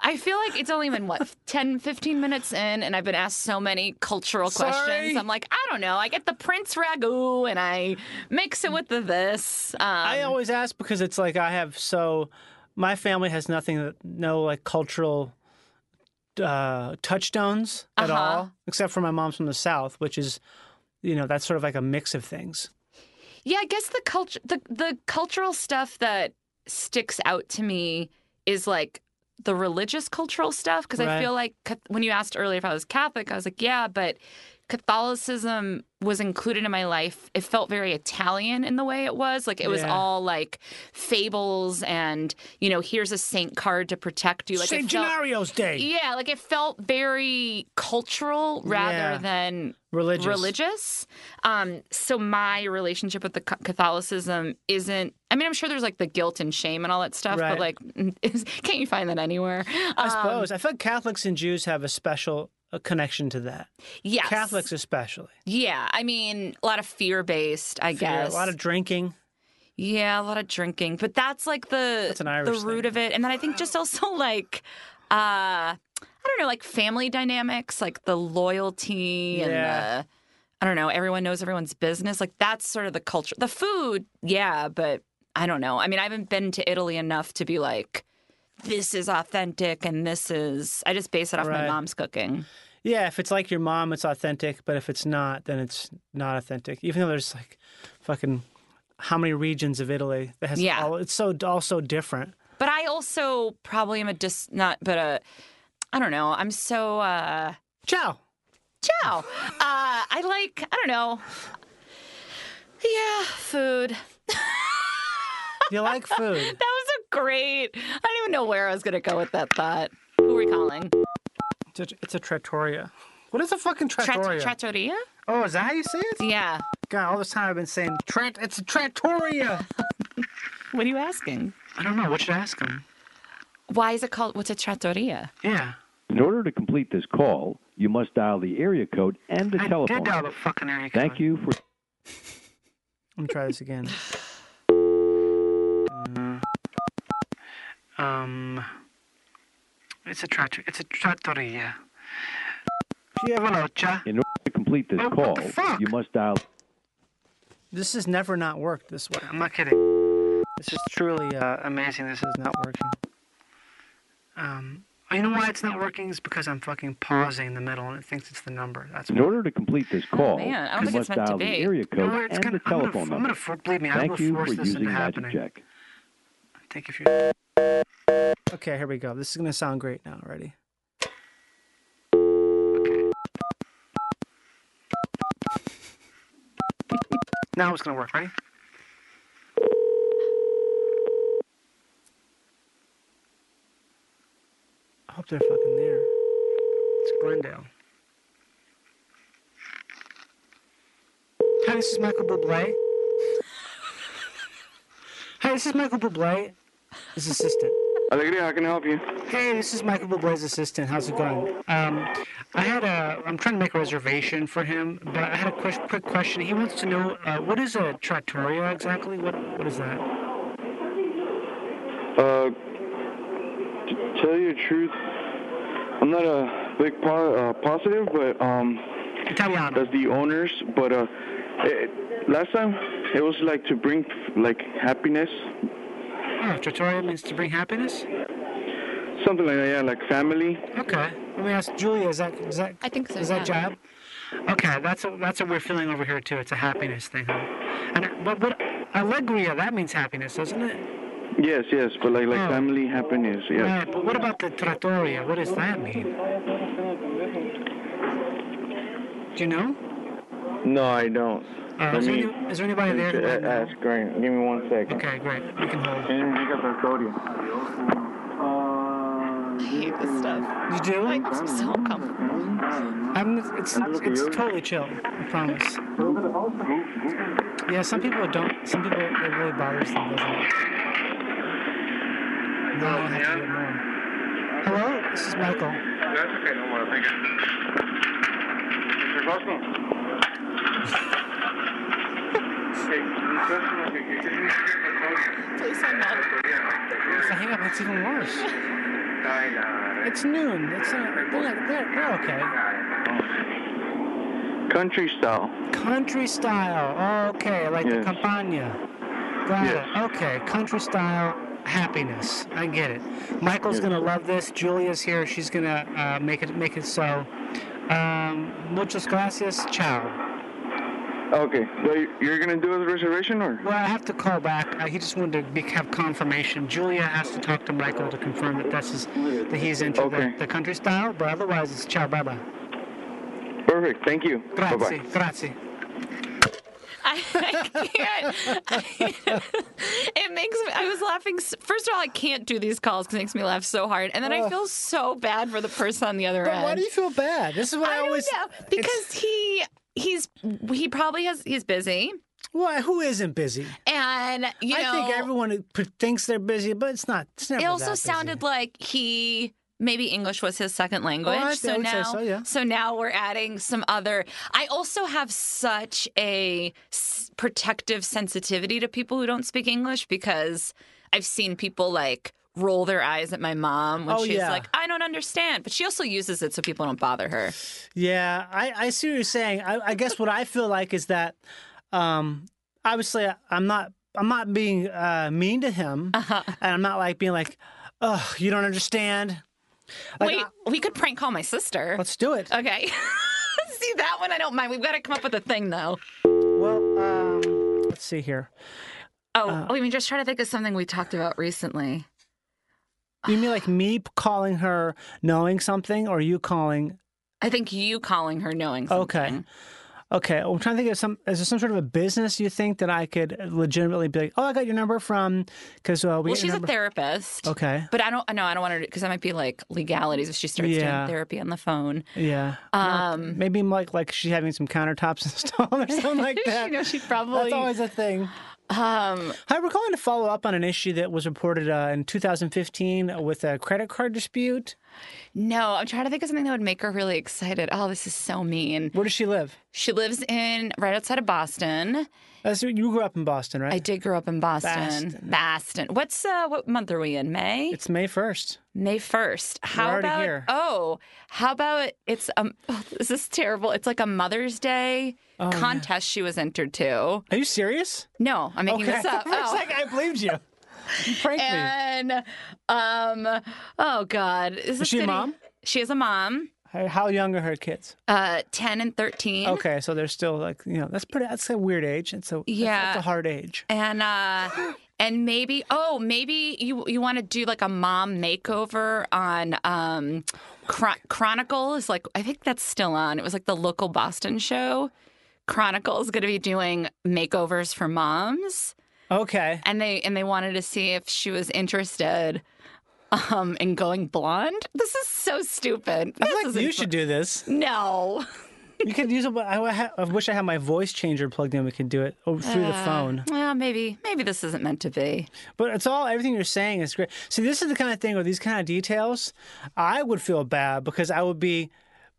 I feel like it's only been what 10 15 minutes in and I've been asked so many cultural
Sorry.
questions. I'm like, I don't know. I get the prince ragu and I mix it with the this. Um,
I always ask because it's like I have so my family has nothing that no like cultural uh, touchstones at
Uh-huh.
all, except for my mom's from the south, which is you know that's sort of like a mix of things.
Yeah, I guess the culture, the the cultural stuff that sticks out to me is like the religious cultural stuff because
Right.
I feel like Cath- when you asked earlier if I was Catholic, I was like, yeah, but Catholicism was included in my life. It felt very Italian in the way it was. Like it was
Yeah.
all like fables and you know, here's a saint card to protect you. Like it felt-
Day,
Yeah, like it felt very cultural rather
Yeah.
than
religious,
religious. Um, so my relationship with the ca- Catholicism isn't. I mean, I'm sure there's like the guilt and shame and all that stuff,
Right.
but like, is, can't you find that anywhere?
I
Um,
suppose. I feel like Catholics and Jews have a special uh connection to that.
yes.
Catholics especially.
Yeah. I mean, a lot of fear based. I
Fear,
guess
A lot of drinking.
Yeah, a lot of drinking, but that's like the
an Irish
the root
thing.
of it. And then I think just also like uh I don't know, like family dynamics, like the loyalty
Yeah.
and the I don't know, everyone knows everyone's business. Like that's sort of the culture. The food, yeah, but I don't know. I mean, I haven't been to Italy enough to be like this is authentic and this is I just base it off
Right.
my mom's cooking.
Yeah, if it's like your mom, it's authentic. But if it's not, then it's not authentic. Even though there's like fucking how many regions of Italy that has
Yeah.
all it's so all so different.
But I also probably am a dis not but a I don't know. I'm so uh
Ciao.
Chow. Uh, I like, I don't know. Yeah, food.
You like food.
That was a great. I don't even know where I was going to go with that thought. Who are we calling?
It's a, it's a trattoria. What is a fucking
Trat-
trattoria?
Trattoria?
oh, is that how you say it?
Yeah.
God, all this time I've been saying trat. It's a trattoria.
What are you asking?
I don't know. What should I ask him?
Why is it called, what's a trattoria?
Yeah.
In order to complete this call, you must dial the area code and the
I
telephone.
did dial the
number.
fucking area code.
Thank you for.
Let me try this again.
Um, it's a trattoria. It's a trattoria. Diavolocha.
In order to
complete this call,
fuck?
you must dial.
This has never not worked this way. I'm not kidding. This is truly uh, amazing. This is not working. Um, you know why it's not working? Is because I'm fucking pausing in the middle and it thinks it's the number. That's
In order to complete this call,
man, I don't
you
think it's
must
meant to
dial the
be.
area
No,
code
we're- it's
and
gonna-
the
I'm gonna-
telephone
I'm
number.
gonna for- believe me, I
Thank
will
you
force
for
this
using
into
Magic
happening.
Check.
Thank you for your. Okay, here we go. This is gonna sound great now. Ready? Now it's gonna work. Ready? I hope they're fucking there. It's Glendale. Hi, this is Michael Bublé. Hi, this is Michael Bublé. His assistant.
Alegria, how can I help you?
Hey, this is Michael Bublé's assistant. How's it going? Um, I had a. I'm trying to make a reservation for him, but I had a quick, quick question. He wants to know uh, what is a trattoria exactly? What What is that?
Uh, to tell you the truth, I'm not a big po- uh, positive, but um, that's the owners. But uh, it, last time it was like to bring like happiness,
Oh, trattoria means to bring happiness.
something like that. Yeah, like family.
Okay. Let me ask Julia. Is that is that I think so, is that
yeah.
job? Okay, that's a, that's what we're feeling over here too. It's a happiness thing, huh? And but what allegria? That means happiness, doesn't it?
Yes, yes, but like like family happiness. Yeah.
Right. But what about the trattoria? What does that mean? Do you know?
No, I don't.
Uh,
Let
is, there
me
any, is there anybody there? who might
uh,
know?
ask Grant. Give me one second.
Okay, great. We can hold.
I
hate this stuff.
You do?
Like, this is so uncomfortable.
I'm, it's it's totally chill. I promise. Yeah, some people don't. Some people it really bothers them, doesn't it? No,
Oh,
I have to get more. Hello, this is Michael.
That's okay, no more. Thank you. Mr. Bosco? hey,
Please hang
If I hang up, it's even worse. It's noon. It's not, they're, they're, they're
Country style.
okay. Country style. Okay, like
Yes.
the campagna. Got
Yes.
it. Okay, country style happiness. I get it. Michael's
Yes.
gonna love this. Julia's here. She's gonna uh, make it make it so. Um, muchas gracias. Ciao.
Okay, wait, you're gonna do a reservation or?
Well, I have to call back. Uh, he just wanted to be, have confirmation. Julia has to talk to Michael to confirm that that's his, that he's into the, the country style. But otherwise, it's ciao, bye bye.
Perfect, thank you.
Grazie,
Bye-bye.
grazie.
I, I can't. I- it makes me. I was laughing. s- First of all, I can't do these calls because it makes me laugh so hard, and then I
Ugh.
feel so bad for the person on the other
But
end.
why do you feel bad? This is what I,
I
always.
don't know because he he's he probably has he's busy,
Why? Who isn't busy?
and you
I
know
think everyone p- thinks they're busy, but it's not. It's never
it also
that busy.
sounded like he maybe English was his second language.
Oh, I'd- I
so
would say
now,
so, yeah.
now we're adding some other. I also have such a s- protective sensitivity to people who don't speak English because I've seen people like roll their eyes at my mom when
Oh,
she's
yeah.
like, "I don't understand," but she also uses it so people don't bother her.
Yeah, I, I see what you're saying. I, I guess what I feel like is that, um, obviously, I- I'm not I'm not being uh, mean to him,
Uh-huh.
and I'm not like being like, oh, you don't understand.
Wait, we could prank call my sister. Let's
do it.
Okay. See that one? I don't mind. We've got to come up with a thing though.
Well, um, let's see here.
Oh, I mean, just try to think of something we talked about recently.
You mean like me calling her knowing something, or you calling?
I think you calling her knowing something.
Okay. Okay, I'm trying to think of some. Is there some sort of a business you think that I could legitimately be like, oh, I got your number from? Because uh, we
well,
got your
she's a
number-
therapist.
Okay.
But I don't. No, I don't want her because that might be like legalities if she starts
Yeah.
doing therapy on the phone.
Yeah.
Um,
Maybe like like she's having some countertops installed or something like that.
you know, she probably.
That's always a thing.
Um,
Hi, we're calling to follow up on an issue that was reported uh, in 2015 with a credit card dispute.
No, I'm trying to think of something that would make her really excited. Oh, this is so mean.
Where does she live?
She lives in right outside of Boston.
That's you grew up in Boston, right?
I did grow up in Boston. Boston. What's uh what month are we in? May?
It's May 1st.
May 1st. How
already
about
here.
Oh, how about it's um oh, this is terrible. It's like a Mother's Day
Oh, yeah.
contest she was entered to.
Are you serious?
No, I'm making
okay.
this up.
For a
Oh.
second, I believed you. You pranked me.
And um oh god. Is, this
she a
any-
mom?
She is a mom.
How- How young are her kids?
Uh 10 and 13.
Okay, so they're still like you know that's pretty. That's a weird age. It's a that's-
Yeah.
that's a hard age.
and uh and maybe oh maybe you you want to do like a mom makeover on um Chron- chronicle is like i think that's still on it was like the local boston show chronicle is going to be doing makeovers for moms
okay
and they and they wanted to see if she was interested um in going blonde this is so stupid
I
This
feel like
isn't
you should do this.
No.
You could use a. I, wa- ha- I wish I had my voice changer plugged in. We could do it over, through the
Uh,
phone.
well maybe maybe this isn't meant to be
But it's all everything you're saying is great. See, this is the kind of thing with these kind of details, I would feel bad because I would be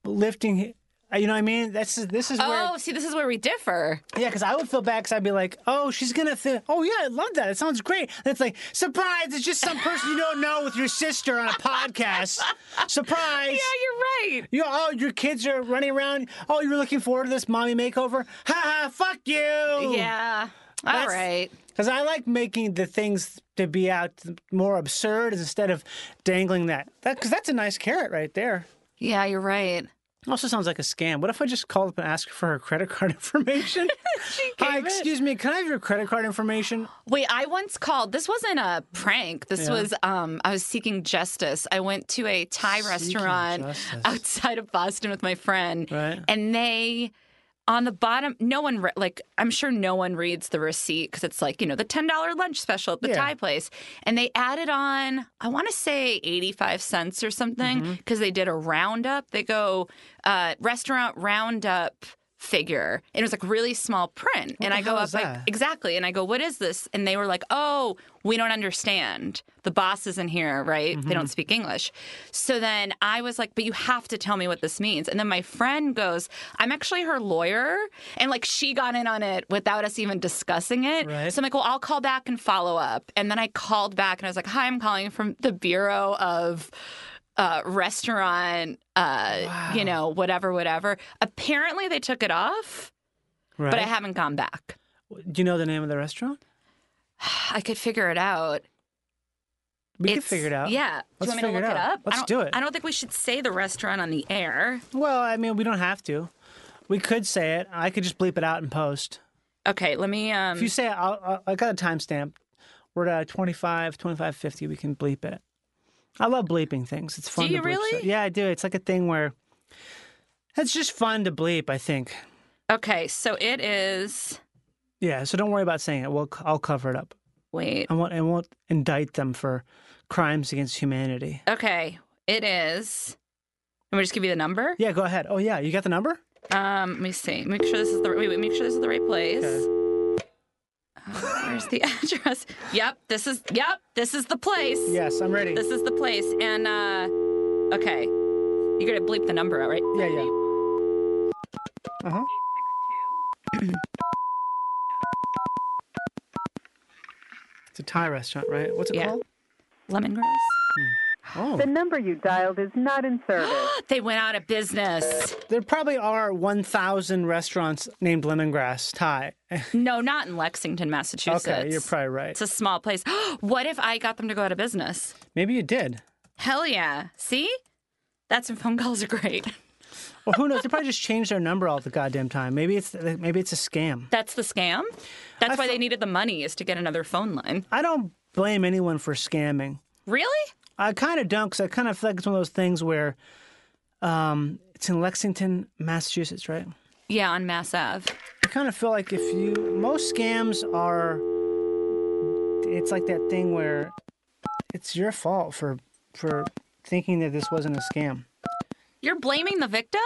lifting. uh, You know what I mean? That's this is where.
oh see this is where we differ
Yeah, because I would feel bad because I'd be like, oh, she's going to think, oh, yeah, I love that. It sounds great. And it's like, surprise, it's just some person you don't know with your sister on a podcast. Surprise.
Yeah, you're right.
You, oh, your kids are running around. Oh, you were looking forward to this mommy makeover? Ha ha, fuck you.
Yeah. All
All
right.
Because I like making the things to be out more absurd instead of dangling that. Because that's a nice carrot right there.
Yeah, you're right.
Also sounds like a scam. What if I just called up and asked for her credit card information? Hi, excuse me, can I have your credit card information?
Wait, I once called. This wasn't a prank. This
Yeah.
was um I was seeking justice. I went to a Thai restaurant
justice.
outside of Boston with my friend
Right.
and they on the bottom, no one re- like I'm sure no one reads the receipt because it's like you know the ten dollar lunch special at the
Yeah.
Thai place, and they added on I want to say eighty five cents or something
Mhm.
because they did a roundup. They go uh, restaurant roundup figure, and it was like really small print,
What
and
the
I go
hell
up
is
like
that?
exactly, and I go what is this, and they were like oh we don't understand the boss isn't here right they don't
Mhm.
speak speak English. So then I was like, but you have to tell me what this means. And then my friend goes, I'm actually her lawyer. And like she got in on it without us even discussing it.
Right.
So I'm like, well, I'll call back and follow up. And then I called back and I was like, hi, I'm calling from the Bureau of. Uh, restaurant, uh, you know, whatever, whatever. Apparently, they took it off,
Right.
but I haven't gone back.
Do you know the name of the restaurant?
I could figure it out.
We can
It's-
figure it out.
Yeah.
Let's
do you want me to
figure
look
it
it
out.
up? I
Let's
don't-
do it.
I don't think we should say the restaurant on the air.
Well, I mean, we don't have to. We could say it. I could just bleep it out and post.
Okay, let me. Um,
if you say it, I'll, I'll, I got a timestamp. We're at 25, 25, 50. We can bleep it. I love bleeping things. It's fun.
you
to bleep
really?
stuff. Yeah, I do. It's like a thing where it's just fun to bleep, I think.
Okay, so it is.
Yeah, so don't worry about saying it. We'll, I'll cover it up.
Wait.
I won't, I won't indict them for crimes against humanity.
Okay, it is. Let me just give you the number.
Yeah, go ahead. Oh, yeah. You got the number?
Um, let me see. Make sure this is the wait. wait make sure this is the right place. Uh, where's the address? Yep, this is. Yep, this is the place.
Yes, I'm ready.
This is the place. And uh, okay, you're gonna bleep the number out, right?
Yeah, yeah. Uh huh. It's a Thai restaurant, right? What's it called?
Lemongrass.
Oh.
The number you dialed is not in service.
they went out of business.
There probably are 1,000 restaurants named Lemongrass Thai.
No, not in Lexington, Massachusetts.
Okay, you're probably right.
It's a small place. what if I got them to go out of business?
Maybe you did.
Hell yeah. See? That's when phone calls are great.
Well, who knows? They probably just changed their number all the goddamn time. Maybe it's maybe it's a scam.
That's the scam. That's why they needed the money is to get another phone line.
I don't blame anyone for scamming.
Really?
I kind of don't, because I kind of feel like it's one of those things where um, it's in Lexington, Massachusetts, right?
Yeah, on Mass Ave.
I kind of feel like if you most scams are, it's like that thing where it's your fault for for thinking that this wasn't a scam.
You're blaming the victim?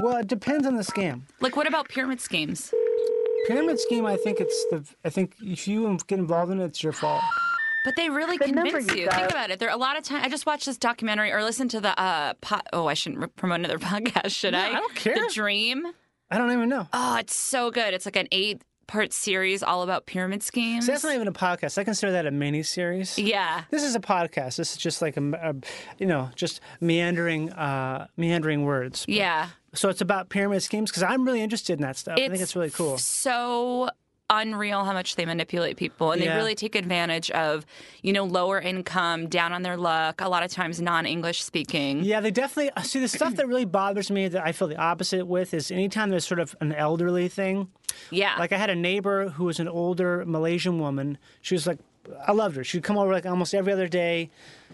Well, it depends on the scam.
Like what about pyramid schemes?
Pyramid scheme, I think it's the I think if you get involved in it, it's your fault.
But they really
The number
convince
you
you.
dialed-
Think about it. There are a lot of time. I just watched this documentary or listened to the uh. Po- oh, I shouldn't re- promote another podcast, should
No,
I?
I don't care.
The Dream.
I don't even know.
Oh, it's so good. It's like an eight-part series all about pyramid schemes.
See, that's not even a podcast. I consider that a mini series.
Yeah.
This is a podcast. This is just like a, a you know, just meandering, uh, meandering words. But-
Yeah.
So it's about pyramid schemes because I'm really interested in that stuff. I think
It's
it's really cool.
so unreal how much they manipulate people and
Yeah.
they really take advantage of you know lower income down on their luck a lot of times non-english speaking
Yeah, they definitely uh, see the stuff that really bothers me that I feel the opposite with is anytime there's sort of an elderly thing.
Yeah.
Like I had a neighbor who was an older Malaysian woman. She was like, I loved her. She'd come over like almost every other day,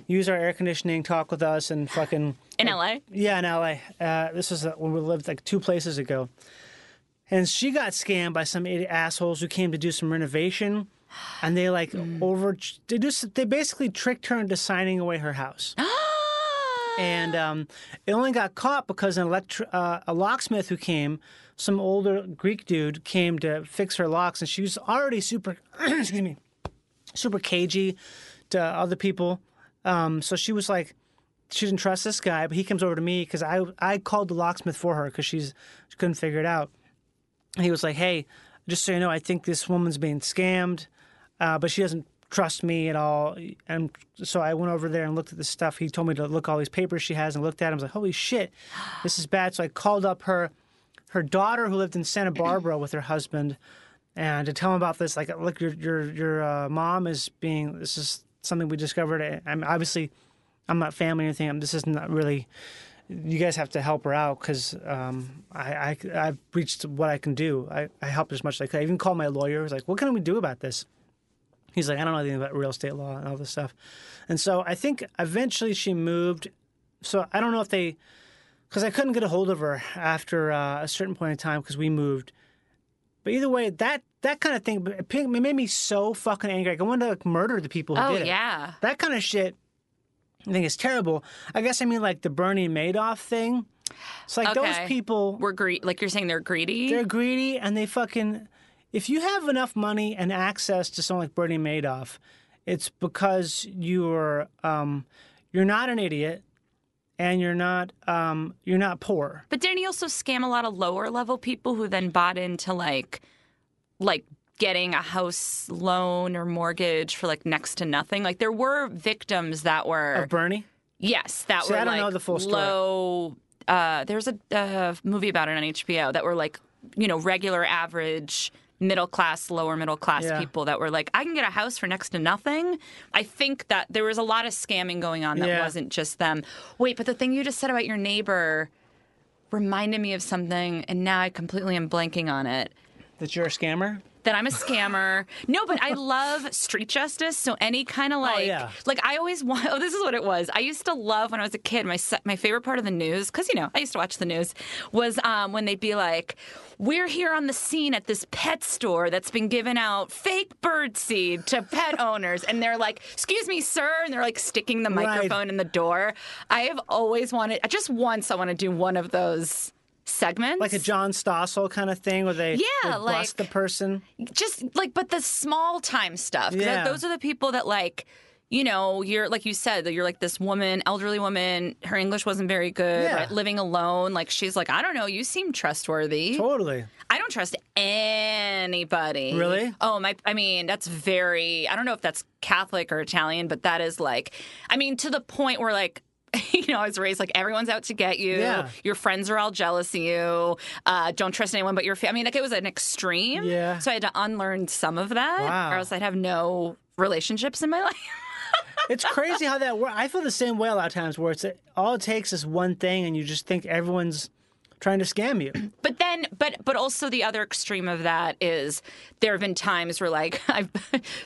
use our air conditioning, talk with us, and fucking.
in la
Yeah, in LA. Uh, this was uh, when we lived like two places ago. And she got scammed by some idiot assholes who came to do some renovation. And they like over, they just, they basically tricked her into signing away her house. and um, it only got caught because an electri- uh, a locksmith who came, some older Greek dude came to fix her locks. And she was already super, excuse me, super cagey to other people. Um, so she was like, she didn't trust this guy, but he comes over to me because I I called the locksmith for her because she's she couldn't figure it out. And he was like, "Hey, just so you know, I think this woman's being scammed, uh, but she doesn't trust me at all." And so I went over there and looked at this stuff. He told me to look all these papers she has and looked at. Them. I was like, "Holy shit, this is bad." So I called up her her daughter who lived in Santa Barbara with her husband, and to tell him about this, like, look, your your your uh, mom is being this is something we discovered. I- I'm obviously I'm not family or anything. I'm, this is not really. You guys have to help her out because um, I, I I've reached what I can do. I, I helped as much as I could. I even called my lawyer. I was like, what can we do about this? He's like, I don't know anything about real estate law and all this stuff. And so I think eventually she moved. So I don't know if they, because I couldn't get a hold of her after uh, a certain point in time because we moved. But either way, that that kind of thing it ping- it made me so fucking angry. Like I wanted to like, murder the people who
Oh,
did it.
yeah.
that kind of shit. I think it's terrible. I guess I mean like the Bernie Madoff thing. It's like
Okay.
those people
were greedy. Like you're saying, they're greedy.
They're greedy and they fucking. If you have enough money and access to someone like Bernie Madoff, it's because you're um, you're not an idiot and you're not um, you're not poor.
but didn't he also scam a lot of lower level people who then bought into like like getting a house loan or mortgage for like next to nothing like there were victims that were
Of Bernie.
Yes, that
See,
were
I don't
like
know the full story.
low. Uh, there's a uh, movie about it on HBO that were like you know regular average middle class lower middle class
Yeah.
people that were like i can get a house for next to nothing i think that there was a lot of scamming going on that
Yeah.
wasn't just them wait but the thing you just said about your neighbor reminded me of something and now i completely am blanking on it
That you're a scammer.
that I'm a scammer. No, but I love street justice. So any kind of like,
Oh, yeah.
like I always want. Oh, this is what it was. I used to love when I was a kid. My se- my favorite part of the news, because you know I used to watch the news, was um, when they'd be like, "We're here on the scene at this pet store that's been giving out fake bird seed to pet owners," and they're like, "Excuse me, sir," and they're like sticking the
Right.
microphone in the door. I have always wanted. Just once, I want to do one of those segments,
like a John Stossel kind of thing where they,
Yeah,
they bust the
like-
person.
just like but the small time stuff 'Cause
Yeah.
those are the people that like you know you're like you said that you're like this woman elderly woman her english wasn't very good
Yeah.
right, living alone like she's like i don't know you seem trustworthy
Totally.
i don't trust anybody
Really?
oh my i mean that's very i don't know if that's catholic or italian but that is like i mean to the point where like you know, I was raised like everyone's out to get you.
Yeah.
Your friends are all jealous of you. Uh, don't trust anyone but your family. I mean, like it was an extreme.
Yeah.
So I had to unlearn some of that,
Wow.
or else I'd have no relationships in my life.
It's crazy how that works. I feel the same way a lot of times where it's all it takes is one thing and you just think everyone's trying to scam you.
But then, but but also the other extreme of that is there have been times where like I've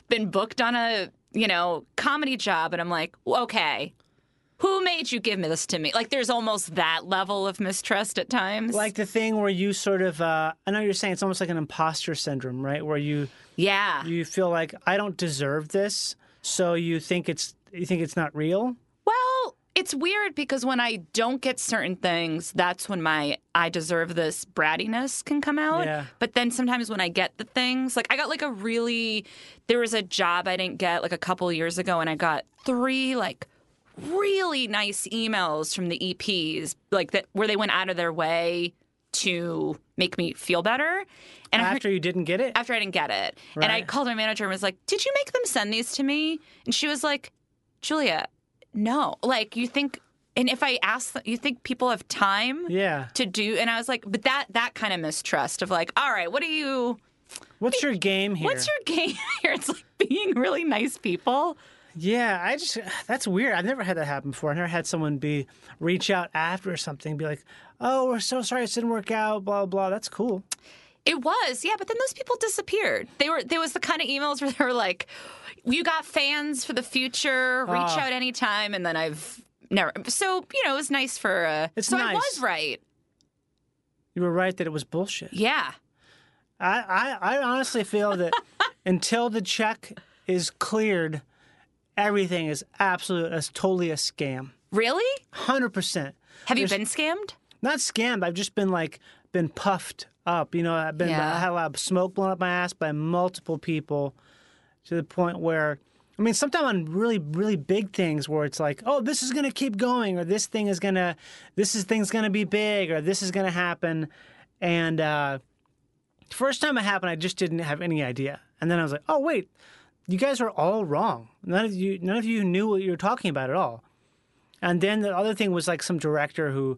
been booked on a you know comedy job, and I'm like, okay. Who made you give this to me? Like, there's almost that level of mistrust at times.
Like the thing where you sort of, uh, I know you're saying it's almost like an imposter syndrome, right? Where you,
yeah,
you feel like I don't deserve this, so you think it's you think it's not real.
Well, it's weird because when I don't get certain things, that's when my I deserve this brattiness can come out.
Yeah.
But then sometimes when I get the things, like I got like a really there was a job I didn't get like a couple years ago and I got three like really nice emails from the EPs like that where they went out of their way to make me feel better. And after
you didn't get it?
After I didn't get it. And I
Right.
called my manager and was like, "Did you make them send these to me?" And she was like, "Julia, no. Like you think and if I ask them, you think people have time
Yeah.
to do and I was like, but that that kind of mistrust of like, "All right, what are you
What's your game here?
What's your game here? It's like being really nice people.
Yeah, I just that's weird. I've never had that happen before. I never had someone be reach out after something, be like, "Oh, we're so sorry it didn't work out." Blah blah. That's cool.
It was, yeah, but then those people disappeared. They were there was the kind of emails where they were like, "You got fans for the future. Reach
Ah.
out anytime." And then I've never. So you know, it was nice for. Uh,
It's
so I
nice.
was right.
You were right that it was bullshit.
Yeah.
I I, I honestly feel that until the check is cleared, everything is absolute. That's totally a scam.
Really?
Hundred percent.
Have you been scammed?
Not scammed. I've just been like been puffed up. You know, I've been
Yeah.
I had a lot of smoke blown up my ass by multiple people to the point where I mean, sometimes on really, really big things where it's like, oh, this is gonna keep going, or this thing is gonna, this is thing's gonna be big, or this is gonna happen, and uh, first time it happened, I just didn't have any idea, and then I was like, oh wait, you guys are all wrong. None of you, none of you knew what you were talking about at all. And then the other thing was like some director who,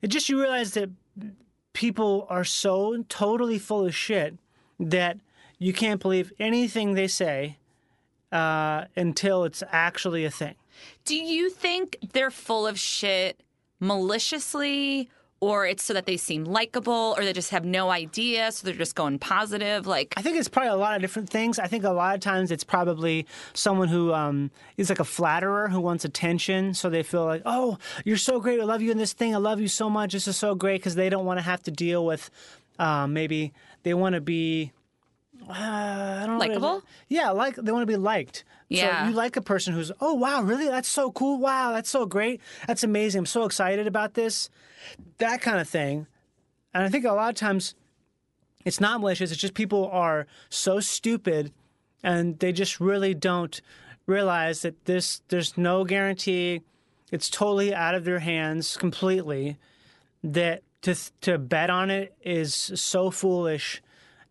it just you realize that people are so totally full of shit that you can't believe anything they say uh, until it's actually a thing.
Do you think they're full of shit maliciously, or it's so that they seem likable, or they just have no idea, so they're just going positive? Like,
I think it's probably a lot of different things. I think a lot of times it's probably someone who um, is like a flatterer who wants attention, so they feel like, "Oh, you're so great. I love you in this thing. I love you so much. This is so great." Because they don't want to have to deal with uh, maybe they want to be uh, I don't know what it is.
Likeable?
Yeah, like they want to be liked.
Yeah.
So you like a person who's, "Oh, wow, really? That's so cool. Wow, that's so great. That's amazing. I'm so excited about this." That kind of thing. And I think a lot of times it's not malicious. It's just people are so stupid, and they just really don't realize that this there's no guarantee. It's totally out of their hands completely. That to to bet on it is so foolish,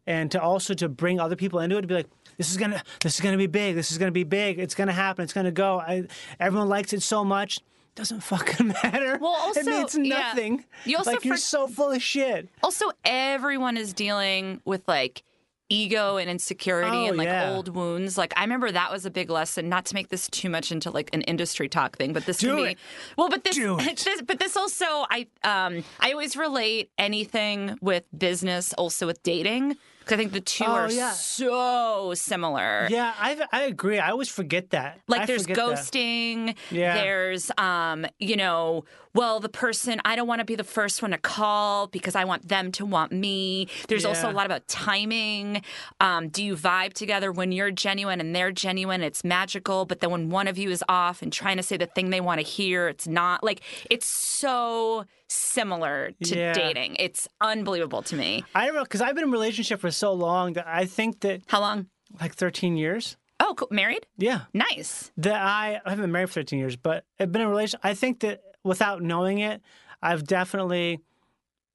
and to also to bring other people into it to be like. This is gonna, this is gonna be big. This is gonna be big. It's gonna happen. It's gonna go. I, everyone likes it so much. Doesn't fucking matter.
well, also
it means
yeah.
nothing.
You also
like you're
for-
so full of shit.
Also, everyone is dealing with like ego and insecurity
Oh,
and like
yeah.
old wounds. Like I remember that was a big lesson. Not to make this too much into like an industry talk thing, but this
Do
can be
it.
well. But this,
Do it.
this, but this also, I um, I always relate anything with business also with dating because I think the two
Oh,
are
yeah.
so similar.
Yeah, I I agree. I always forget that.
Like
I
there's
forget that.
ghosting.
Yeah.
There's um, you know, well, the person I don't want to be the first one to call because I want them to want me. There's also a
Yeah.
lot about timing. Um, do you vibe together when you're genuine and they're genuine? It's magical, but then when one of you is off and trying to say the thing they want to hear, it's not like it's so similar to
Yeah.
dating. It's unbelievable to me.
I don't know because I've been in a relationship for so long that I think that
how long?
Like thirteen years.
Oh, cool. married?
Yeah.
Nice.
That I I haven't been married for thirteen years, but I've been in a relationship. I think that without knowing it, I've definitely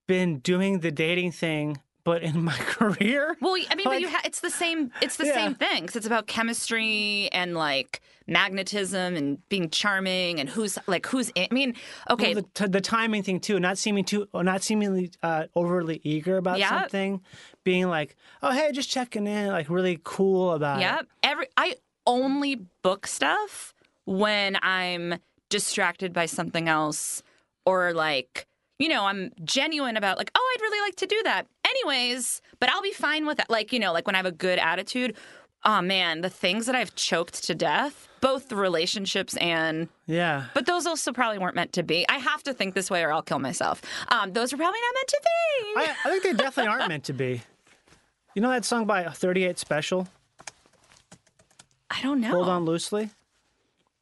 been doing the dating thing, but in my career.
Well, I mean, but you
Like-
ha- it's the same. It's the
Yeah.
same thing. 'cause it's about chemistry and like magnetism and being charming and who's like who's. In- I mean, okay,
Well, the, t- the timing thing too, not seeming too, not seemingly uh, overly eager about
Yeah.
something, being like, "Oh, hey, just checking in," like really cool about it.
Yep. Every I only book stuff when I'm distracted by something else or like you know, I'm genuine about like, oh, I'd really like to do that. Anyways, but I'll be fine with that. Like, you know, like when I have a good attitude, oh man, the things that I've choked to death, both the relationships and
Yeah.
but those also probably weren't meant to be. I have to think this way or I'll kill myself. Um, those are probably not meant to be.
I, I think they definitely aren't meant to be. You know that song by 38 Special?
I don't know. Oh.
Hold on loosely.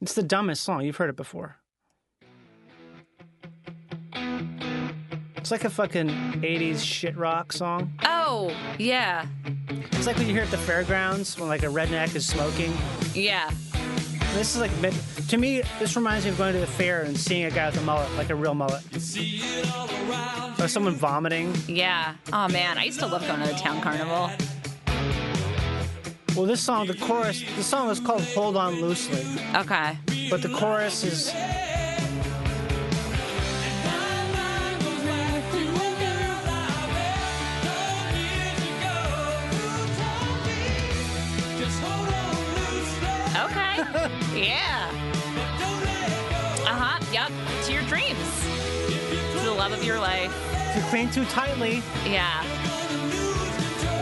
It's the dumbest song. You've heard it before. It's like a fucking 80s shit rock song.
Oh, yeah.
It's like when you hear at the fairgrounds when like a redneck is smoking.
Yeah.
This is like, mid- to me, this reminds me of going to the fair and seeing a guy with a mullet, like a real mullet. Or someone vomiting.
Yeah. Oh man, I used to love going to the town carnival.
Well, this song, the chorus, the song is called Hold On Loosely.
Okay.
But the chorus is.
Okay. yeah. Uh huh. Yep. To your dreams. To the love of your life.
If you cling too tightly,
Yeah.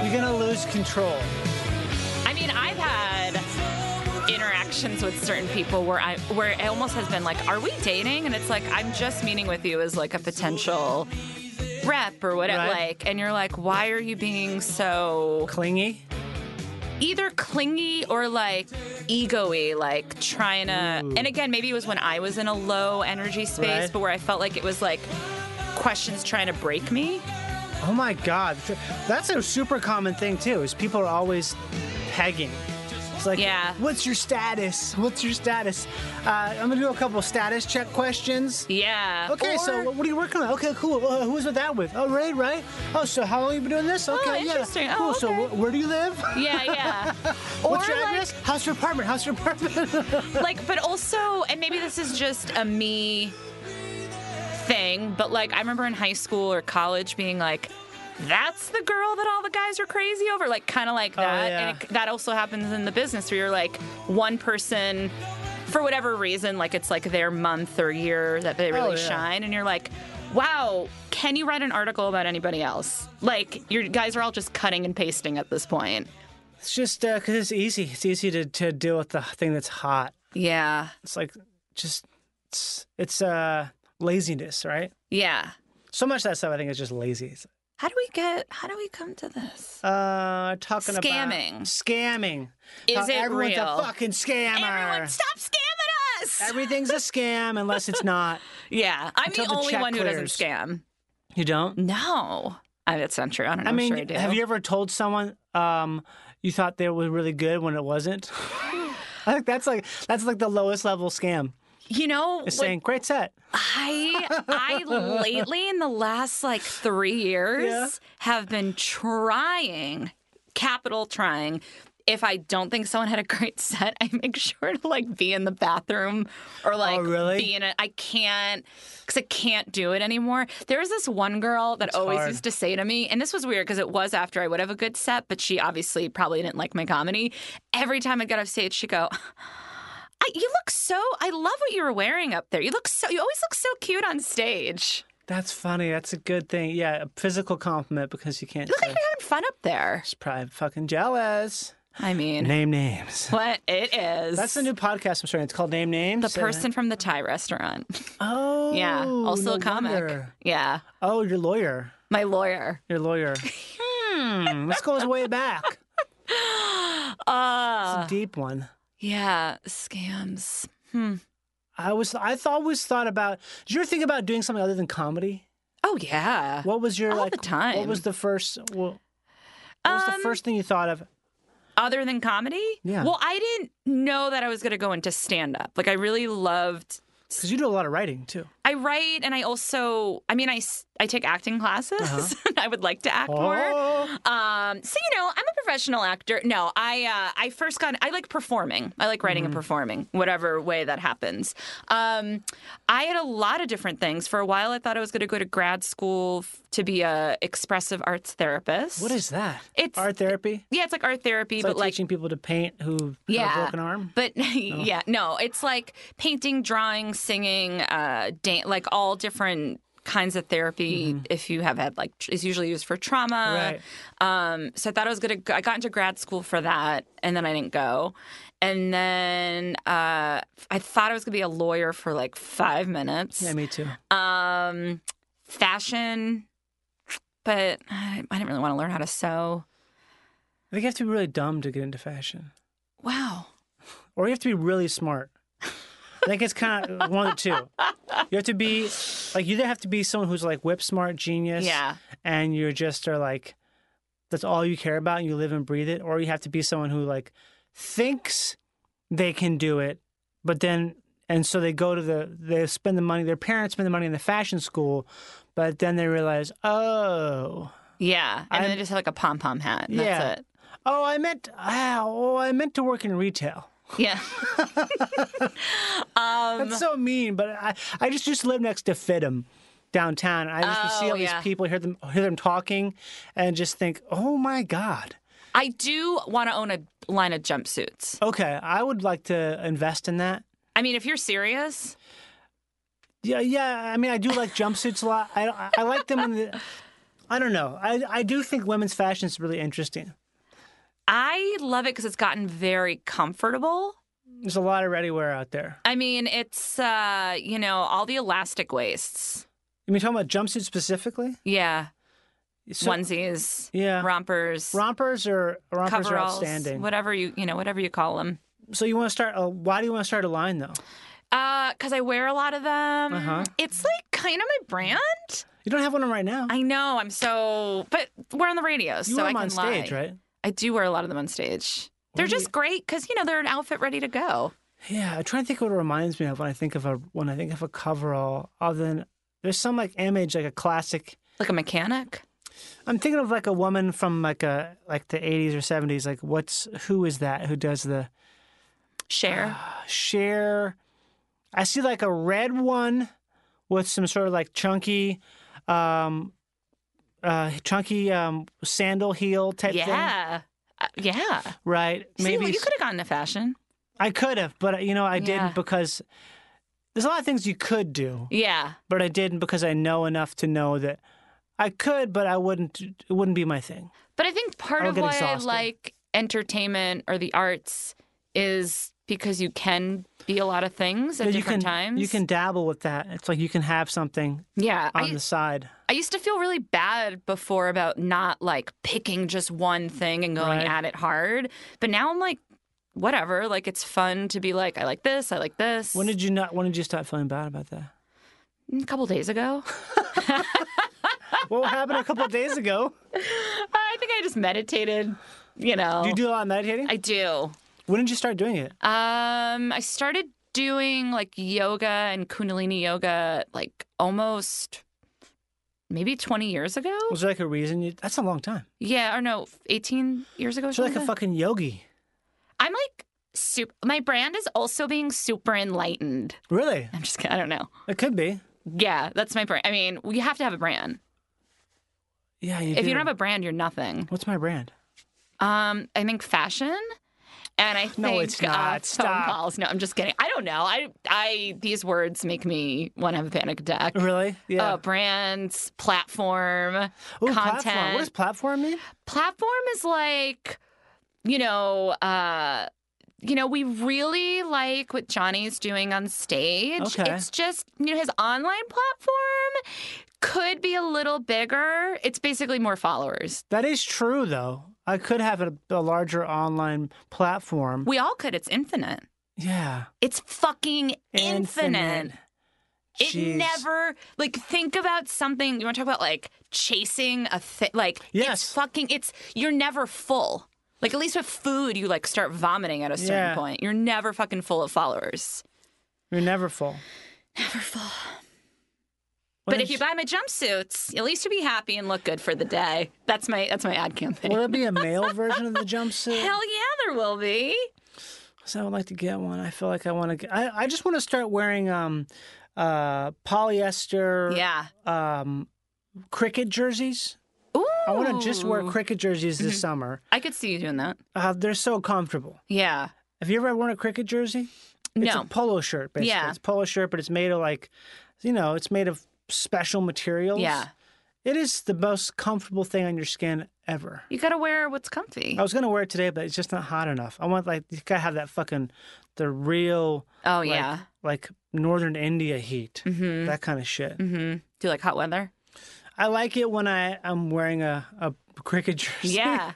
you're gonna lose control.
I mean, I've had interactions with certain people where I where it almost has been like, "Are we dating?" And it's like, "I'm just meeting with you as like a potential rep or whatever."
Right.
Like, and you're like, "Why are you being so
clingy?"
Either clingy or like egoy, like trying to. And again, maybe it was when I was in a low energy space,
Right.
but where I felt like it was like questions trying to break me.
Oh my God. That's a super common thing, too, is people are always pegging. It's like, yeah. what's your status? What's your status? Uh, I'm going to do a couple status check questions.
Yeah.
Okay, so what are you working on? Okay, cool. Uh, who was with that with? Oh, right, right. Oh, so how long you been doing this? Okay,
interesting.
yeah. Cool.
Oh,
So wh- where do you live?
Yeah, yeah.
What's
Or
your
like-
address? How's your apartment? How's your apartment?
like but also and maybe this is just a me thing but like i remember in high school or college being like that's the girl that all the guys are crazy over like kind of
Oh,
like that and it, that also happens in the business where you're like one person for whatever reason like it's like their month or year that they really
Oh, yeah.
shine and you're like wow can you write an article about anybody else like your guys are all just cutting and pasting at this point
It's just because it's easy. It's easy to, to deal with the thing that's hot.
Yeah.
It's like just it's it's uh laziness, right?
Yeah.
So much of that stuff I think is just lazy. It's-
how do we get how do we come to this
Uh, talking
Scamming.
about scamming.
Is
How
it
everyone's
real?
a fucking scammer.
Everyone, stop scamming us.
Everything's a scam unless it's not.
Yeah, I'm
Until
the only
check
one who doesn't
clears.
scam.
You don't?
No, I, that's not true. I don't know.
I mean,
am sure I do.
have you ever told someone um, you thought they were really good when it wasn't? I think that's like that's like the lowest level scam.
You know,
Just
when-
saying great set.
I I lately in the last like three years
Yeah.
have been trying, capital trying. If I don't think someone had a great set, I make sure to like be in the bathroom
Oh,
or like be in it. I can't because I can't do it anymore. There was this one girl that always
hard.
used to say to me, and this was weird because it was after I would have a good set, but she obviously probably didn't like my comedy. Every time I got off stage, she'd go, I, you look so. I love what you were wearing up there. You look so. You always look so cute on stage.
That's funny. That's a good thing. Yeah, a physical compliment because you can't.
Look like you're having fun up there.
She's probably fucking jealous.
I mean,
name names.
What it is?
That's the new podcast I'm starting. It's called Name Names.
The person from the Thai restaurant.
Oh,
yeah. Also
no
a comic.
wonder.
Yeah.
Oh, your lawyer.
My lawyer.
Your lawyer. hmm. This goes way back.
Uh,
it's a deep one.
yeah. Scams. Hmm.
I was. I th- always thought about. Did you ever think about doing something other than comedy?
Oh yeah.
What was your
All
like?
the time. Um,
What was the first? Well, what was the first thing you thought of?
Other than comedy?
Yeah.
Well, I didn't know that I was going to go into stand up. Like I really loved
Because you do a lot of writing too.
I write and I also, I mean, I, s- I take acting classes.
Uh-huh.
I would like to act more.
Oh.
Um, so, you know, I'm a professional actor. No, I, uh, I first got, I like performing. I like
Mm-hmm.
writing and performing, whatever way that happens. Um, I had a lot of different things. For a while, I thought I was going to go to grad school f- to be a expressive arts therapist.
What is that?
It's
art therapy.
Yeah, it's like art therapy,
It's
but like
teaching people to paint who
yeah
have a broken arm.
but yeah no it's like painting drawing singing uh dan- like all different kinds of therapy if you have had like tr- it's usually used for trauma right. um so i thought i was gonna go- i got into grad school for that and then i didn't go and then uh i thought i was gonna be a lawyer for like five minutes
Yeah, me too.
um fashion but i, I didn't really want to learn how to sew
I think you have to be really dumb to get into fashion,
wow
or you have to be really smart. I think it's kind of one of the two. You have to be Like you either have to be someone who's like whip smart genius,
Yeah.
and you just are like that's all you care about and you live and breathe it, or you have to be someone who like thinks they can do it, but then and so they go to the they spend the money. Their parents spend the money in the fashion school, but then they realize, oh,
Yeah, and then they just have like a pom pom hat. And
yeah,
That's it.
oh, I meant, ah, oh, I meant to work in retail.
Yeah. um,
That's so mean, but I, I just used to live next to Fidham downtown. and I used to see
Oh,
all
yeah.
these people, hear them hear them talking, and just think, oh my god.
I do want to own a line of jumpsuits.
Okay, I would like to invest in that.
I mean, if you're serious,
Yeah, yeah. I mean, I do like jumpsuits a lot. I I- I like them in the. I don't know. I I do think women's fashion is really interesting.
I love it because it's gotten very comfortable.
There's a lot of ready wear out there.
I mean, it's uh, you know all the elastic waists.
You mean talking about jumpsuits specifically?
Yeah,
So-
onesies.
Yeah.
rompers.
Rompers are rompers are
coveralls,
outstanding.
Whatever you you know, whatever you call them.
So you want to start? A, why do you want to start a line though?
Uh, cause I wear a lot of them.
Uh-huh.
It's like kind of my brand.
You don't have one on right now.
I know. I'm so, but we're on the radio, so
wear
I
them
can
on stage,
lie.
right?
I do wear a lot of them on stage. They're
do you-
just great because you know they're an outfit ready to go.
Yeah, I'm trying to think what it reminds me of when I think of a when I think of a coverall. Other than there's some like image like a classic.
Like a mechanic.
I'm thinking of like a woman from like a like the 80s or 70s. Like what's who is that who does the
Share.
Ah, share? I see like a red one with some sort of like chunky, um, uh, chunky um sandal heel type thing.
yeah. Uh, yeah.
Right.
See, well, you
s-
could have gotten into fashion.
I could have, but you know, I
Yeah.
didn't because there's a lot of things you could do.
Yeah.
but I didn't because I know enough to know that I could, but I wouldn't. It wouldn't be my thing.
But I think part
I'll
of
get
why
exhausted.
I like entertainment or the arts is because you can be a lot of things at
But you
different
can,
times.
You can dabble with that. It's like you can have something
Yeah,
on
I-
the side.
I used to feel really bad before about not like picking just one thing and going
Right.
at it hard. But now I'm like, whatever. Like it's fun to be like, I like this, I like this.
When did you not? When did you start feeling bad about that?
A couple days ago.
what happened a couple days ago?
I think I just meditated. You know,
Do you do a lot of meditating?
I do.
When did you start doing it?
Um, I started doing like yoga and kundalini yoga like almost maybe 20 years ago.
Was there like a reason? You, that's a long time.
Yeah, or no, 18 years ago. or
So like a
something.
fucking yogi.
I'm like super. My brand is also being super enlightened.
Really?
I'm just. I don't know.
It could be.
Yeah, that's my brand. I mean, we have to have a brand.
Yeah. You
if
do.
you don't have a brand, you're nothing.
What's my brand?
Um, I think fashion, and I think
No, it's
Uh,
not.
phone
Stop.
calls. No, I'm just kidding. I don't know. I I these words make me want to have a panic attack.
Really? Yeah.
Uh, brands, platform,
Ooh,
content.
platform. What does platform mean?
platform is like you know uh you know we really like what johnny's doing on stage
Okay.
it's just you know his online platform could be a little bigger it's basically more followers
That is true, though. I could have a, a larger online platform.
we all could it's infinite
yeah.
it's fucking infinite,
Jeez.
It never like think about something. You want to talk about like chasing a thing? Like it's fucking. It's you're never full. Like at least with food, you like start vomiting at a certain
Yeah.
point. You're never fucking full of followers.
You're never full.
but if you buy my jumpsuits, at least you'll be happy and look good for the day. That's my that's my ad campaign.
Will there be a male version of the jumpsuit?
Hell yeah, there will be.
So I would like to get one. I feel like I want to. Get, I I just want to start wearing um, uh, polyester.
Yeah.
Um, cricket jerseys.
Ooh.
I want to just wear cricket jerseys
Mm-hmm.
this summer.
I could see you doing that.
Uh, they're so comfortable.
Yeah.
Have you ever worn a cricket jersey? It's
No.
a polo shirt, basically.
Yeah.
It's a polo shirt, but it's made of like, you know, it's made of special materials.
Yeah.
It is the most comfortable thing on your skin ever.
You gotta wear what's comfy.
I was gonna wear it today, but it's just not hot enough. I want like you gotta have that fucking the real
Oh,
like-
yeah.
like northern India heat
Mhm.
that kind of shit.
Mm-hmm. Do you like hot weather?
I like it when I I'm wearing a a cricket jersey.
Yeah.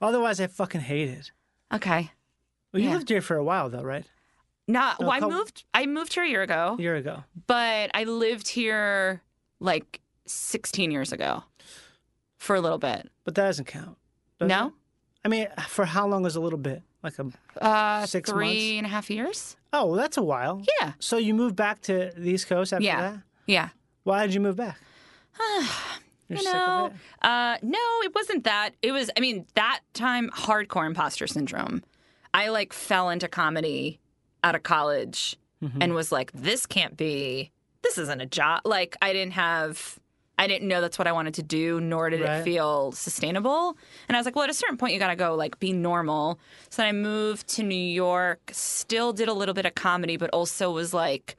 Otherwise, I fucking hate it.
Okay.
Well, you
Yeah.
lived here for a while though, right?
No,
No,
well, I
co-
moved. I moved here a year ago,
a year ago.
but I lived here like 16 years ago for a little bit.
But that doesn't count. does
no,
it? I mean, for how long is a little bit? Like a
uh,
six
three
months?
and a half years.
Oh, well, that's a while.
Yeah.
So you moved back to the East Coast after
Yeah.
that?
Yeah.
Why did you move back? You're
you
sick of
know, uh, no, it wasn't that. It was, I mean, that time, hardcore imposter syndrome. I like fell into comedy out of college
Mhm.
and was like, this can't be, this isn't a job. Like, I didn't have, I didn't know that's what I wanted to do, nor did
Right.
it feel sustainable. And I was like, well, at a certain point, you got to go, like, be normal. So then I moved to New York, still did a little bit of comedy, but also was like,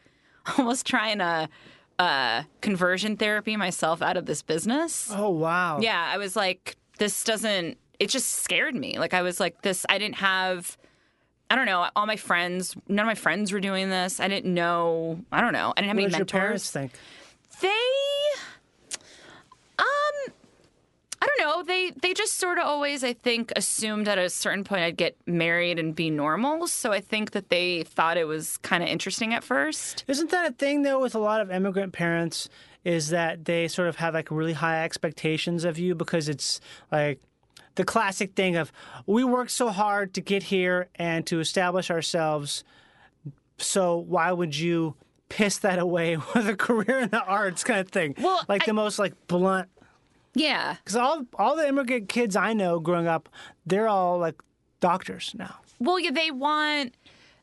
almost trying to uh, conversion therapy myself out of this business.
Oh wow!
Yeah, I was like, this doesn't. It just scared me. Like I was like, this. I didn't have. I don't know. All my friends, none of my friends were doing this. I didn't know. I don't know. I didn't have
what
any
did
mentors.
your parents think?
They, um, I don't know. They they just sort of always, I think, assumed at a certain point I'd get married and be normal. So I think that they thought it was kind of interesting at first.
Isn't that a thing though with a lot of immigrant parents? Is that they sort of have like really high expectations of you because it's like the classic thing of we worked so hard to get here and to establish ourselves, so why would you piss that away with a career in the arts kind of thing? Well, like the most like blunt
Yeah.
Because all all the immigrant kids I know growing up, they're all like doctors now.
Well, yeah, they want.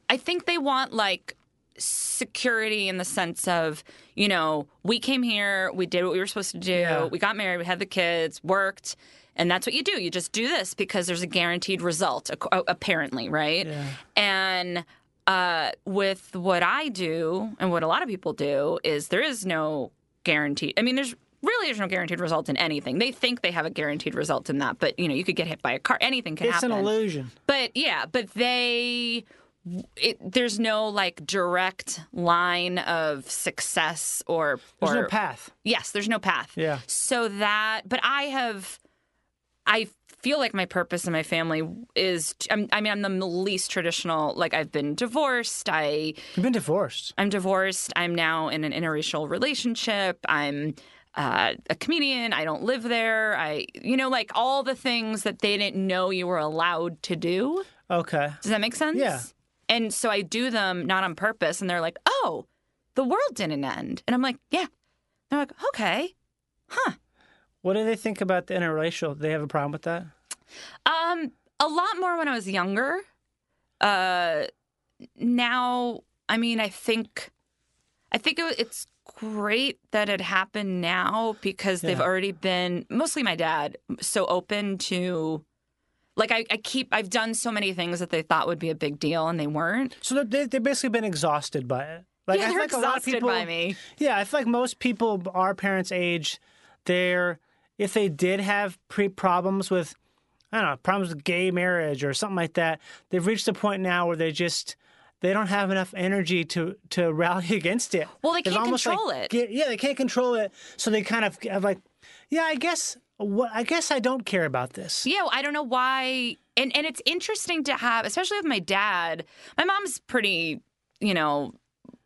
I think they want like security in the sense of you know we came here, we did what we were supposed to do, we got married, we had the kids, worked, and that's what you do. You just do this because there's a guaranteed result, ac- apparently, right? And uh, with what I do and what a lot of people do is there is no guarantee. I mean, there's really there's no guaranteed result in anything. They think they have a guaranteed result in that, but you know, you could get hit by a car. Anything can
It's
happen.
an illusion.
But yeah, but they. It, there's no like direct line of success or
There's no
or-
path.
Yes, there's no path.
Yeah.
So that, but I have, I feel like my purpose in my family is. I'm, I mean, I'm the least traditional. Like I've been divorced. I
You've been divorced.
I'm divorced. I'm now in an interracial relationship. I'm uh, a comedian. I don't live there. I, you know, like all the things that they didn't know you were allowed to do.
Okay.
Does that make sense?
Yeah.
And so I do them not on purpose, and they're like, "Oh, the world didn't end," and I'm like, "Yeah." They're like, "Okay."
What do they think about the interracial? They have a problem with that?
Um, a lot more when I was younger. Uh, now, I mean, I think, I think it, it's great that it happened now because they've
Yeah.
already been mostly my dad so open to. Like I, I keep, I've done so many things that they thought would be a big deal, and they weren't.
So they they've basically been exhausted by it. Like
Yeah,
I feel
they're
like a lot of
exhausted
people,
by me.
Yeah, I feel like most people our parents' age, they're if they did have pre problems with I don't know, problems with gay marriage or something like that, they've reached a point now where they just they don't have enough energy to to rally against it.
Well, they
They've
can't
almost, like,
control it.
get- yeah, they can't control it, so they kind of have like, yeah, I guess what I guess I don't care about this.
Yeah, well, I don't know why. And and it's interesting to have, especially with my dad. My mom's pretty, you know,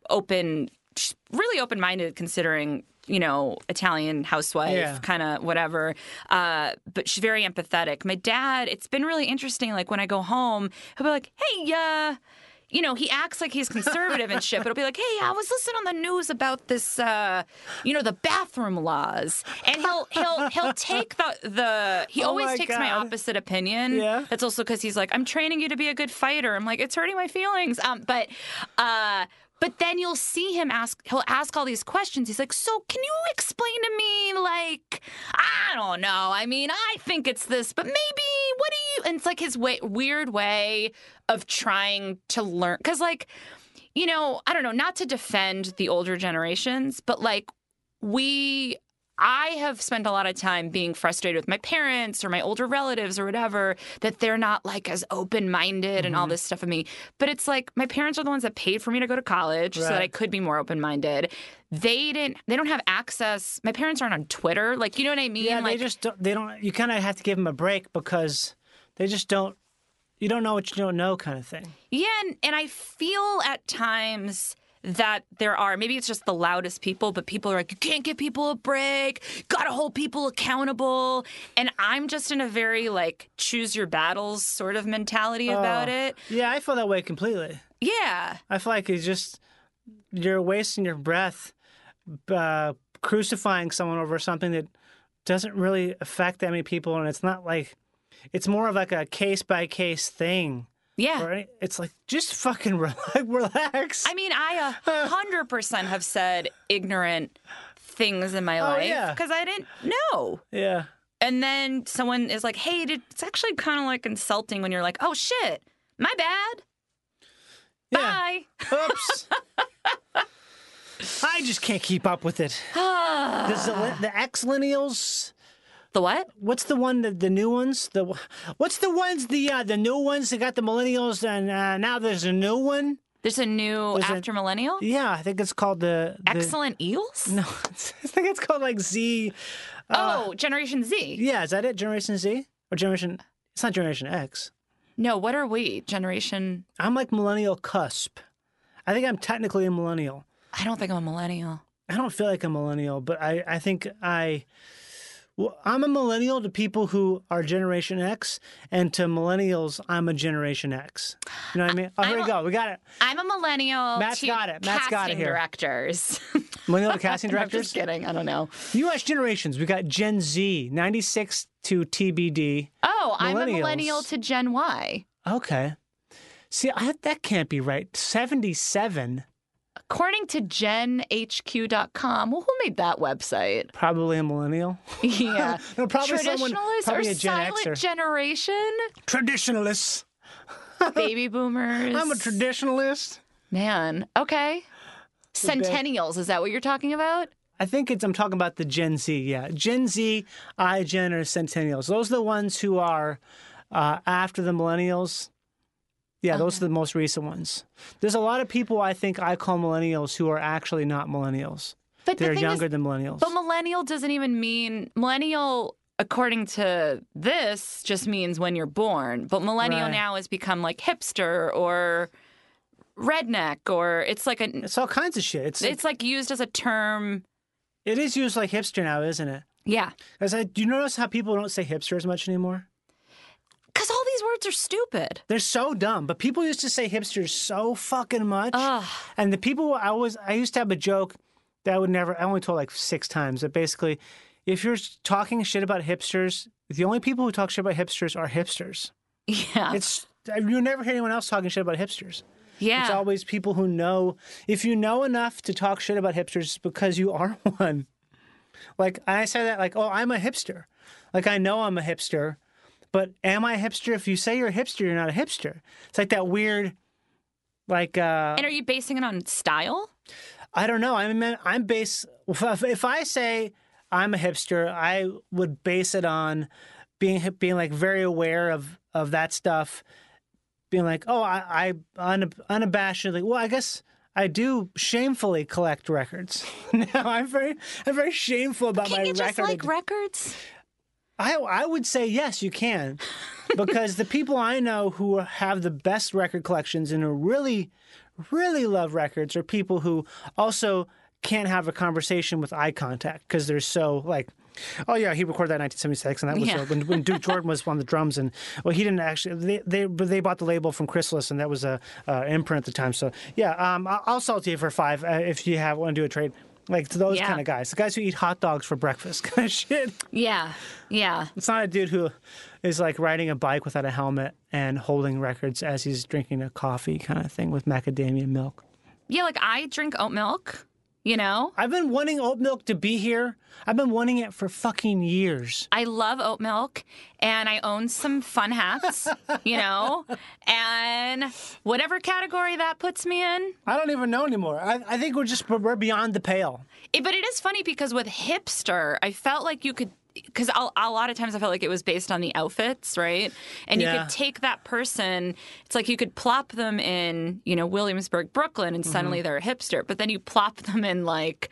open, she's really open minded considering you know Italian housewife
Yeah.
kind of whatever. Uh, but she's very empathetic. My dad, it's been really interesting. Like when I go home, he'll be like, "Hey, uh." You know, he acts like he's conservative and shit, but he'll be like, "Hey, I was listening on the news about this, uh, you know, the bathroom laws," and he'll he'll he'll take the the he
Oh
always
my
takes my
God.
opposite opinion. Yeah. That's also because he's like, I'm training you to be a good fighter. I'm like, it's hurting my feelings. Um, but uh but then you'll see him ask he'll ask all these questions. He's like, So can you explain to me like I don't know. I mean, I think it's this, but maybe what do you and it's like his way weird way of trying to learn because like you know, I don't know, not to defend the older generations, but like we I have spent a lot of time being frustrated with my parents or my older relatives or whatever that they're not like as open minded and all this stuff of me. But it's like my parents are the ones that paid for me to go to college so that I
Right.
could be more open minded. They didn't they don't have access. My parents aren't on Twitter. Like you know what I mean?
Yeah,
like
they just don't, they don't. You kind of have to give them a break because they just don't. you don't know what you don't know kind of thing.
Yeah, and, and I feel at times that there are maybe it's just the loudest people, but people are like, you can't give people a break, gotta hold people accountable. And I'm just in a very like choose your battles sort of mentality about
Oh.
it.
Yeah, I feel that way completely.
Yeah.
I feel like it's just you're wasting your breath uh, crucifying someone over something that doesn't really affect that many people, and it's not like it's more of like a case by case thing.
Yeah.
Right? It's like just fucking relax. relax.
I mean, I a hundred percent have said ignorant things in my
Oh,
life
yeah.
because I didn't know.
Yeah.
And then someone is like, "Hey, did- it's actually kind of like insulting when you're like, oh shit, my bad." Bye.
Oops. I just can't keep up with it. the, Zil- the Xlennials.
The what?
What's the one that the new ones? The what's the ones the uh, the new ones that got the millennials and uh, now there's a new one.
There's a new after millennial.
Yeah, I think it's called E, the, the
Excellent eels.
No, it's- I think it's called like Z. uh,
oh, Generation Z.
yeah, is that it? Generation Z or Generation? It's not Generation X.
No, what are we? Generation?
I'm like millennial cusp. I think I'm technically a millennial.
I don't think I'm a millennial.
I don't feel like a millennial, but I, I think I. Well, I'm a millennial to people who are Generation X, and to millennials, I'm a Generation X. You know what I mean? Oh, here we go. We got it.
I'm a millennial.
Matt's
to
got it. Matt's
casting
got it here.
Directors.
Millennial casting
I'm
directors.
just kidding. I don't know.
U.S. generations. We got Gen Z, 96 to TBD.
Oh, I'm a
Millennials.
millennial to Gen Y.
Okay. See, I, that can't be right. 77,
According to genhq.com, well, who made that website?
probably a millennial.
Yeah.
No, probably someone-
Traditionalists
probably
or
a Gen
silent
Xer.
generation?
Traditionalists.
Baby boomers.
I'm a traditionalist.
Man, okay. Centennials, is that what you're talking about?
I think it's, I'm talking about the Gen Z, yeah. Gen Z, I Gen, or Centennials. Those are the ones who are uh, after the millennials. Yeah, those are the most recent ones. There's a lot of people I think I call millennials who are actually not millennials.
But the
They're
thing is-
younger than millennials.
But millennial doesn't even mean millennial. According to this, just means when you're born. But millennial
Right.
now has become like hipster or redneck, or it's like an
it's all kinds of shit. It's,
it's like used as a term.
It is used like hipster now, isn't it?
Yeah,
As I, do you notice how people don't say hipster as much anymore?
because all these words are stupid.
They're so dumb. But people used to say hipsters so fucking much. And the people I was I used to have a joke that I would never I only told like six times that basically if you're talking shit about hipsters, the only people who talk shit about hipsters are hipsters.
Yeah.
It's you never hear anyone else talking shit about hipsters.
Yeah.
It's always people who know if you know enough to talk shit about hipsters it's because you are one. Like I say that like, oh, I'm a hipster. Like I know I'm a hipster, but am I a hipster? If you say you're a hipster, you're not a hipster. It's like that weird like uh
and are you basing it on style?
I don't know. I mean I'm base if, if I say I'm a hipster, I would base it on being being like very aware of of that stuff being like, oh, I, I unab- unabashedly, well, I guess I do shamefully collect records. now I'm very, I'm very shameful about my
Can you just
record.
like records?
I, I would say yes, you can, because the people I know who have the best record collections and who really, really love records are people who also can't have a conversation with eye contact because they're so like, oh yeah, he recorded that in 1976, and that was
Yeah.
uh, when, when Duke Jordan was on the drums, and well, he didn't actually they they, but they bought the label from Chrysalis, and that was a uh, imprint at the time. So yeah, um, I- I'll sell it to you for five uh, if you have want to do a trade. Like to those
Yeah.
kind of guys, the guys who eat hot dogs for breakfast, kind of shit.
Yeah, yeah.
It's not a dude who is like riding a bike without a helmet and holding records as he's drinking a coffee kind of thing with macadamia milk.
Yeah, like I drink oat milk, you know?
I've been wanting oat milk to be here. I've been wanting it for fucking years.
I love oat milk and I own some fun hats, you know? And whatever category that puts me in.
I don't even know anymore. I, I think we're just we're beyond the pale.
It, but it is funny because with hipster, I felt like you could because a a lot of times I felt like it was based on the outfits, right? And you
Yeah.
could take that person. It's like you could plop them in, you know, Williamsburg, Brooklyn, and suddenly
Mhm.
they're a hipster. But then you plop them in like.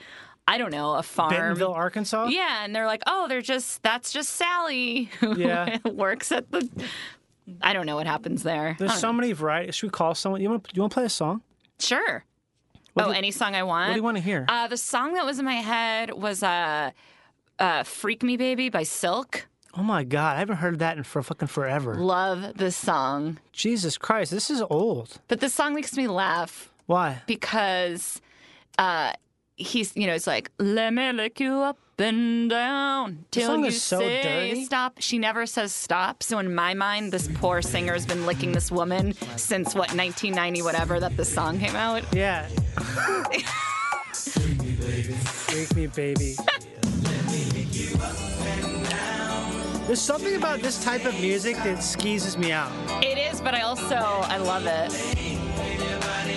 I don't know, a farm.
Bentonville, Arkansas?
Yeah, and they're like, oh, they're just, that's just Sally who
Yeah.
works at the I don't know what happens there.
There's
I don't
so many varieties. Should we call someone? You want you want to play a song?
Sure.
What
oh,
do-
any song I want.
what do you wanna hear?
Uh, the song that was in my head was uh, uh, "Freak Me Baby" by Silk.
Oh my God, I haven't heard that in for fucking forever.
Love this song,
Jesus Christ, this is old.
but this song makes me laugh
Why?
because uh, he's you know it's like let me lick you up and down
This
till
song
you
is so
say
dirty.
stop. She never says stop. So in my mind, this poor singer has been licking this woman since what 1990 whatever that this song came out.
Yeah. Freak me, baby. There's something about this type of music that skeezes me out.
It is, but I also I love it.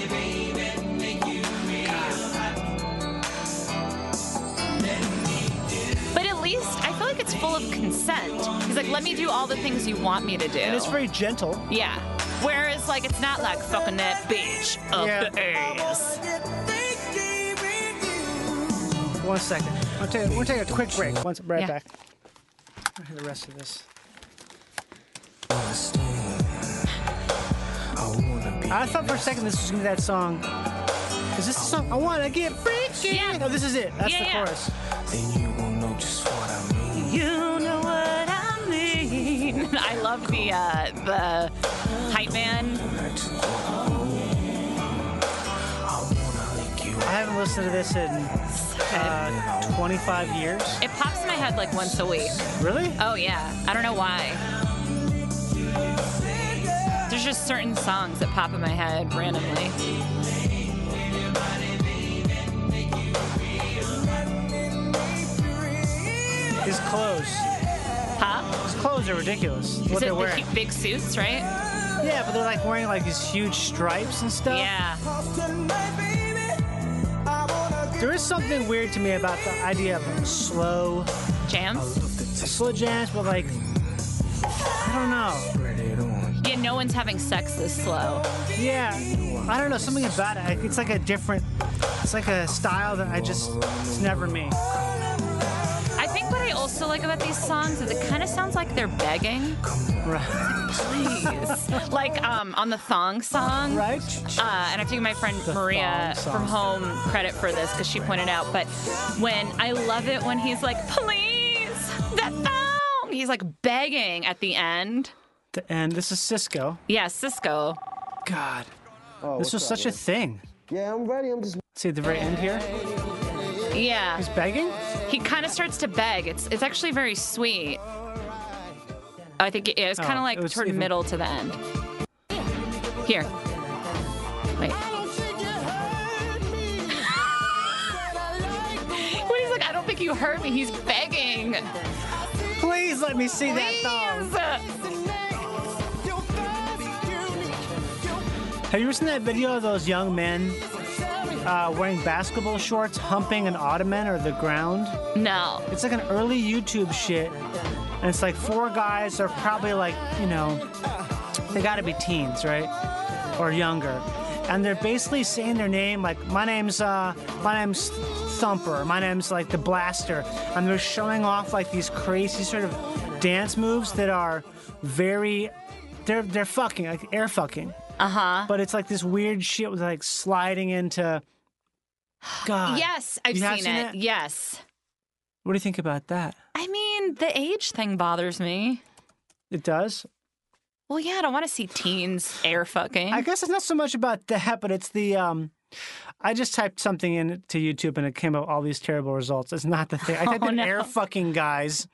But at least I feel like it's full of consent. He's like, let me do all the things you want me to do.
And it's very gentle.
yeah. Whereas like it's not like fucking that bitch up the ass.
One second. We'll take, we'll take a quick break. Once right
Yeah.
back. I'll hear the rest of this. I thought for a second this was gonna be that song. Is this the song? I wanna get freaky. Yeah. No, this is it. That's
Yeah,
the
yeah.
chorus.
You know what I mean. I love the uh, the hype man.
I haven't listened to this in uh, 25 years.
It pops in my head like once a week.
Really?
Oh yeah. I don't know why. There's just certain songs that pop in my head randomly. Oh.
His clothes.
Huh?
His clothes are ridiculus.
Is
What
it
they're
the
wearing.
hu- big suits, right?
Yeah, but they're like wearing like these huge stripes and stuff.
Yeah.
There is something weird to me about the idea of slow
jams.
Slow jams, but like I don't know.
Yeah, no one's having sex this slow.
Yeah, I don't know. Something about it. It's like a different. It's like a style that I just. It's never me.
I think what I also like about these songs is it kind of sounds like they're begging.
Right.
Please. like um, on the Thong song.
Right.
Uh, and I have to give my friend Maria
Thong
from
song.
home credit for this because she pointed out. But when I love it when he's like, please, that thong. He's like begging at the end.
The end. This is Cisco.
Yeah, Cisco.
God. this
what's
was
up,
such a thing. Yeah, I'm ready. I'm just. See at the very end here.
Yeah. He's
begging?
He kind of starts to beg. It's it's actually very sweet. I think it is kind
Oh,
of like
it was
toward
even-
middle to the end. Here. Wait. when he's like, I don't think you heard me, he's begging.
Please let me see that thong. Have you ever seen that video of those young men uh, wearing basketball shorts, humping an ottoman or the ground?
No.
It's like an early YouTube shit, and it's like four guys are probably like you know, they got to be teens, right, or younger, and they're basically saying their name like my name's uh my name's Thumper, my name's like the Blaster, and they're showing off like these crazy sort of dance moves that are very, they're they're fucking like air fucking.
Uh huh.
But it's like this weird shit with like sliding into. God.
Yes, I've
You have
seen,
seen
it.
that?
Yes.
What do you think about that?
I mean, the age thing bothers me.
It does.
Well, yeah, I don't want to see teens air fucking.
I guess it's not so much about that, but it's the. Um, I just typed something in to YouTube and it came up with all these terrible results. It's not the thing. I typed
Oh,
in
no.
air fucking guys.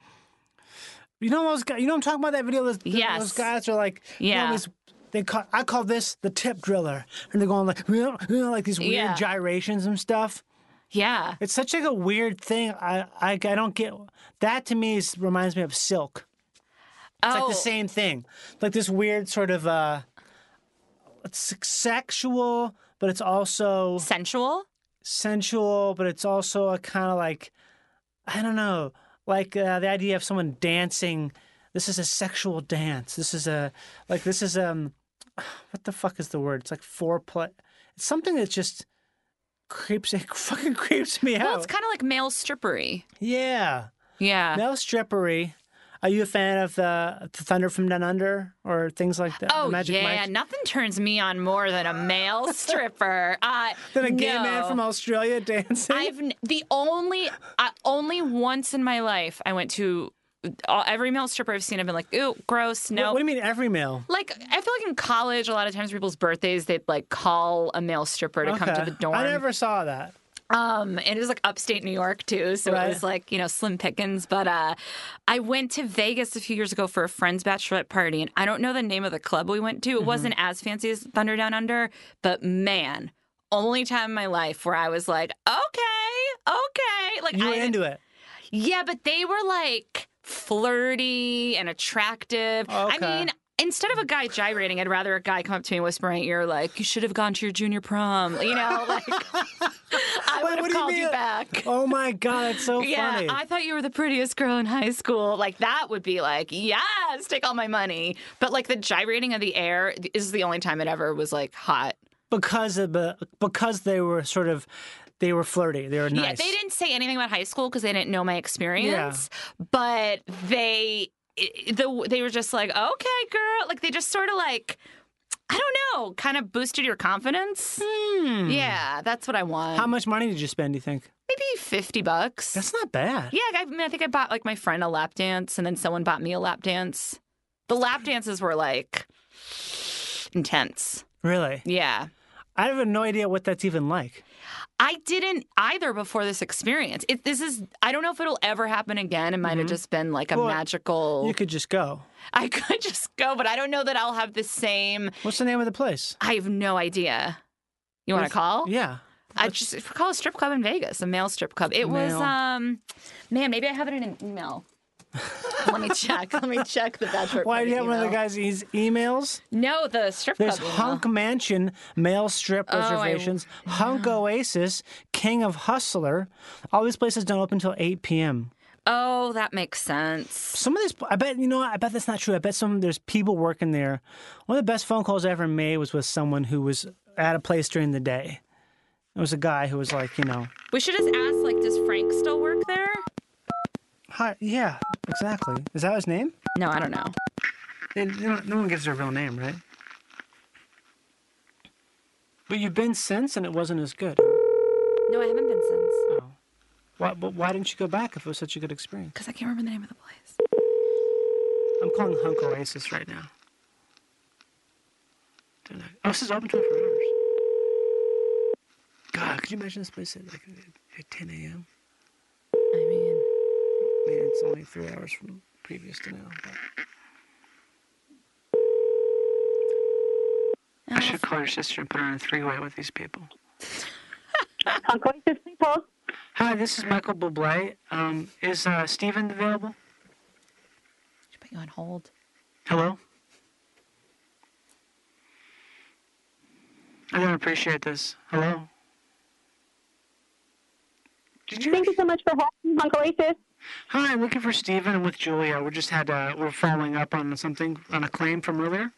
You know those guys. You know I'm talking about that video. Those,
Yes.
those guys are like. you know,
Yeah.
these- they call, I call this the tip driller, and they're going like, you know, you know, like these weird
Yeah.
gyrations and stuff.
Yeah.
It's such like a weird thing. I I, I don't get that. To me, is, reminds me of silk. It's like
Oh.
the same thing, like this weird sort of uh, it's sexual, but it's also
sensual.
Sensual, but it's also a kind of like I don't know, like uh, the idea of someone dancing. This is a sexual dance. This is a like this is um, what the fuck is the word? It's like foreplay. It's something that just creeps it fucking creeps me out.
Well, it's kind of like male strippery.
Yeah.
Yeah.
Male strippery. Are you a fan of the, the Thunder from Down Under or things like that?
Oh
the Magic
yeah,
Mike?
nothing turns me on more than a male stripper. Uh,
Than a gay
no.
man from Australia dancing.
I've n- the only I, only once in my life I went to all, every male stripper I've seen. I've been like, ooh, gross. No.
What, what do you mean every male?
Like I feel like in college, a lot of times people's birthdays, they'd like call a male stripper to come
Okay.
to the dorm.
I never saw that.
Um, and it was like upstate New York too, so
Right.
it was like you know slim pickings. But uh, I went to Vegas a few years ago for a friend's bachelorette party, and I don't know the name of the club we went to. It
Mm-hmm.
wasn't as fancy as Thunder Down Under, but man, only time in my life where I was like, okay, okay, like
You
I
were into it.
yeah, but they were like flirty and attractive. I
Okay.
mean, instead of a guy gyrating, I'd rather a guy come up to me and whisper in my ear, like, you should have gone to your junior prom. You know, like, I would have called you, back.
Oh my god, it's so
yeah,
funny.
I thought you were the prettiest girl in high school. Like, that would be like, yes, take all my money. But like, the gyrating of the air is the only time it ever was like hot.
because of the because they were sort of they were flirty. They were nice.
Yeah, they didn't say anything about high school because they didn't know my experience. But they, it, the, they were just like, okay, girl. Like they just sort of like, I don't know, kind of boosted your confidence. Yeah, that's what I want.
Hmm. How much money did you spend? Do you think?
Maybe fifty bucks.
That's not bad.
Yeah, I mean, I think I bought like my friend a lap dance, and then someone bought me a lap dance. The lap dances were like intense.
Really?
Yeah.
I have no idea what that's even like.
I didn't either before this experience. It, this is I don't know if it'll ever happen again. It might have just been like a
Mm-hmm. Well,
magical.
You could just go.
I could just go, but I don't know that I'll have the same.
What's the name of the place?
I have no idea. You want
What's-
to call?
Yeah.
I just call a strip club in Vegas, a male strip club. It was,
Male.
um, man, maybe I have it in an email. Let me check. Let me check the bachelor.
Why do you have
party
one of the
email.
guys' these emails?
No, the strip
There's
club. email.
Hunk Mansion, male strip
Oh, I-
reservations, Hunk Oasis, King of Hustler. All these places don't open until 8 p.m.
Oh, that makes sense.
Some of these, I bet, you know what? I bet that's not true. I bet some, there's people working there. One of the best phone calls I ever made was with someone who was at a place during the day. It was a guy who was like, you know,
We should just ask, like, does Frank still work there?
hi, yeah, exactly. Is that his name?
No, I don't know.
no one gives their real name, right? But you've been since, and it wasn't as good.
No, I haven't been since.
Why, but why didn't you go back if it was such a good experience?
Because I can't remember the name of the place.
I'm calling Hunk Oasis right now. Don't know. Oh, this is open 24 hours. God, could you imagine this place at like at 10 a.m.?
I mean,
man, it's only three hours from previous to now. But... I should call your sister and put her on a three-way with these people.
people.
Hi, this is Michael Bublé. Um, is uh, Steven available?
Should put you on hold.
Hello? I don't appreciate this. Hello?
Thank you so much for having me, Uncle Oasis.
Hi, I'm looking for Steven. I'm with Julia. We just had uh we're following up on something, on a claim from earlier.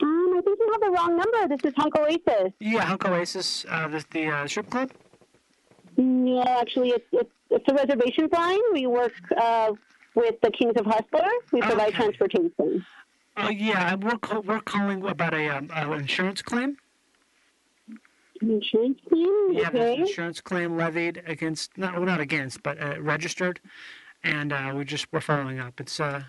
Um, I think you have the wrong number. This is Hunk Oasis.
Yeah, Hunk Oasis, uh, the, the uh, strip club.
No, actually, it's, it's, it's a reservations line. We work uh, with the Kings of Hustler. We provide transportation.
Oh, yeah, we're, call- we're calling about a um, uh, insurance claim.
Insurance claim?
Yeah, there's
okay.
an insurance claim levied against, not, well, not against, but uh, registered. And uh, we just, we're following up. It's uh,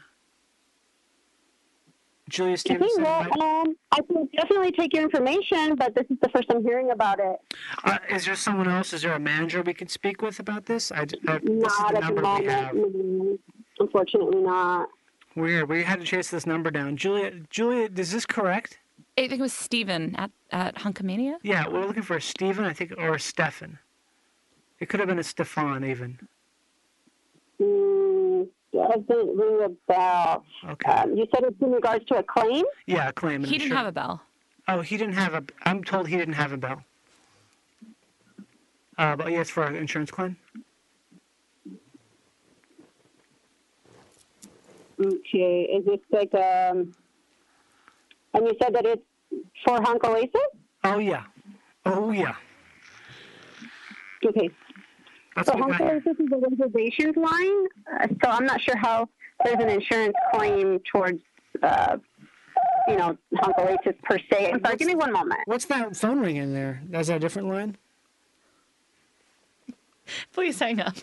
Julia
Okay,
Stevenson.
well, um, I can definitely take your information, but this is the first I'm hearing about it.
Uh, is there someone else? Is there a manager we can speak with about this? I, d- uh, this is
Not
the
at the
number we have.
moment. mm, Unfortunately, not.
Weird. We had to chase this number down. Julia, Julia, is this correct?
I think it was Steven at, at Hunkamania.
Yeah, we're looking for a Steven, I think, or a Stefan. It could have been a Stefan, even.
Mm, doesn't ring a bell.
Okay.
Um, you said it's in regards to a claim?
Yeah, a claim.
He didn't have
a bell.
Oh, he didn't have a. I'm told he didn't have a bell. Uh, but yes, for an insurance claim.
Okay. Is this like um? And you said that it's for Hunk Oasis?
Oh yeah. Oh yeah.
Okay.
That's
so
what we got
Hustler, this is the reservations line. Uh, so I'm not sure how there's an insurance claim towards, uh, you know, Uncle H's per se. I'm sorry, give me one moment.
What's that phone ring in there? Is that a different line?
Please hang up.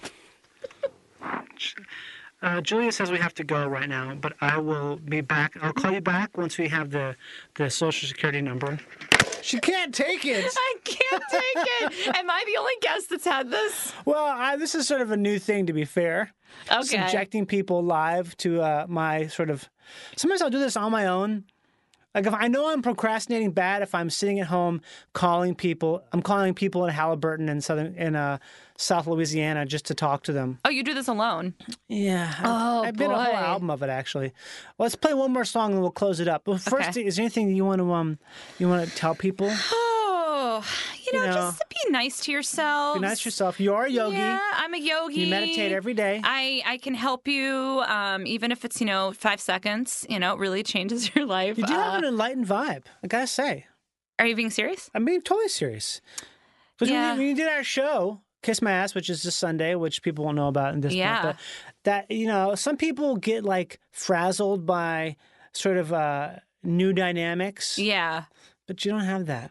Uh, Julia says we have to go right now, but I will be back. I'll call you back once we have the, the social security number.
She can't take it.
I can't take it. Am I the only guest that's had this?
Well, I, this is sort of a new thing, to be fair.
Okay.
Subjecting people live to uh, my sort of. Sometimes I'll do this on my own. Like if I know I'm procrastinating bad, if I'm sitting at home calling people, I'm calling people in Halliburton and southern in uh, South Louisiana just to talk to them.
Oh, you do this alone?
Yeah.
Oh,
I've been a whole
boy.
album of it actually. Well, let's play one more song and we'll close it up. But first, is there anything you want to um you want to tell people?
Oh, you know,
You know.
just to be nice to yourself.
Be nice to yourself. You are a yogi.
Oh, Yeah, I'm a yogi.
You meditate every day.
I, I can help you, um, even if it's, you know, five seconds, you know, it really changes your life.
You do
Uh,
have an enlightened vibe, I gotta say.
Are you being serious?
I'm being totally serious. Because
Yeah.
when, you did our show, Kiss My Ass, which is this Sunday, which people won't know about in this point,
Yeah.
but that, you know, some people get like frazzled by sort of uh, new dynamics.
Yeah.
But you don't have that.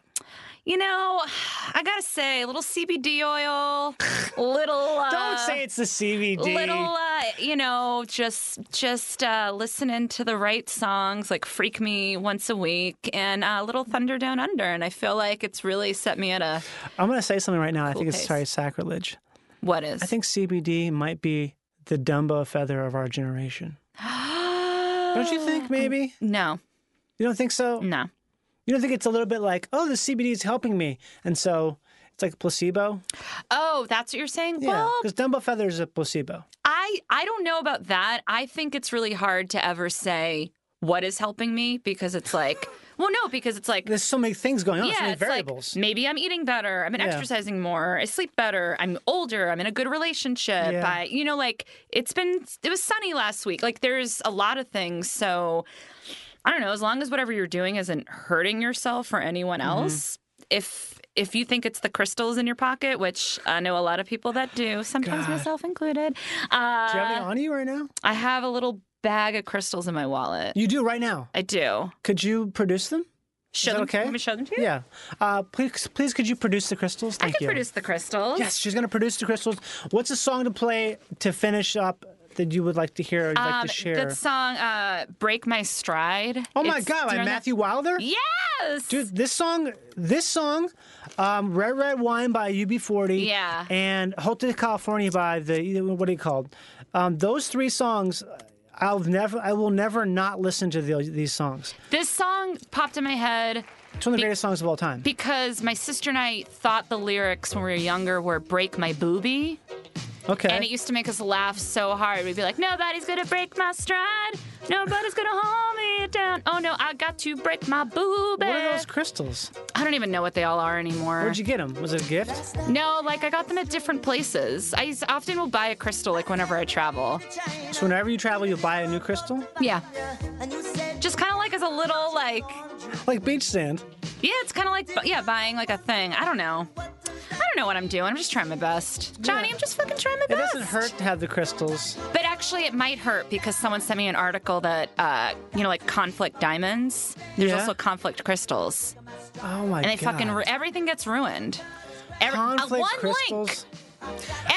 You know, I gotta say, a little CBD oil, little. Uh,
don't say it's the CVD.
Little, uh, you know, just just uh, listening to the right songs, like "Freak Me" once a week, and uh, "Little Thunder Down Under," and I feel like it's really set me at a
I'm going to say something right now. I
Cool
think it's
case.
sorry, sacrilege.
what is.
I think CBD might be the Dumbo feather of our generation.
don't
you think maybe?
No.
You don't think so?
No.
You don't think it's a little bit like, oh, the CBD is helping me, and so it's like placebo?
Oh, that's what you're saying.
Yeah,
Well,
because Dumbo feather is a placebo.
I I don't know about that. I think it's really hard to ever say what is helping me because it's like, well, no, because it's like
There's so many things going on. so
yeah,
many
it's
variables.
like maybe I'm eating better, I've been
Yeah.
exercising more, I sleep better, I'm older, I'm in a good relationship.
Yeah.
I, you know, like it's been it was sunny last week. Like there's a lot of things. So I don't know. As long as whatever you're doing isn't hurting yourself or anyone
Mm-hmm.
else, if if you think it's the crystals in your pocket, which I know a lot of people that do, sometimes myself included. Uh,
do you have any on you right now?
I have a little bag of crystals in my wallet.
You do right now.
I do.
Could you produce them?
Show
Is that
them-
okay?
Let me show them to you.
Yeah. Uh, please, please, could you produce the crystals? Thank
I can
you.
produce the crystals.
Yes, she's gonna produce the crystals. What's a song to play to finish up that you would like to hear? Or you'd like
Um,
to share?
That song, uh, "Break My Stride."
Oh my
It's-
God,
do you
by
know that-
Matthew Wilder?
Yes,
Dude, this song, this song, um, Red Red Wine by UB40,
Yeah.
and Hotel California by the what are you called? Um, those three songs, I'll never, I will never not listen to the, these songs.
this song popped in my head
It's one of the greatest songs of all time.
because my sister and I thought the lyrics when we were younger were "Break My Boobie,"
Okay,
and it used to make us laugh so hard. We'd be like, "Nobody's gonna break my stride. Nobody's gonna hold me down. Oh no, I got to break my boobie."
what are those crystals?
I don't even know what they all are anymore.
Where'd you get them? Was it a gift?
No, like I got them at different places. I s- often will buy a crystal like whenever I travel.
So whenever you travel, you buy a new crystal,
Yeah. Just kind of like as a little like
like beach sand.
yeah, it's kind of like bu- yeah, buying like a thing. I don't know. I don't know what I'm doing. I'm just trying my best. Johnny, I'm just fucking trying my
It
best.
doesn't hurt to have the crystals.
But actually, it might hurt because someone sent me an article that uh, you know, like conflict diamonds. There's
Yeah.
also conflict crystals,
Oh my
and they
god!
fucking ru- everything gets ruined. Every, uh,
Conflict
one
crystals.
link.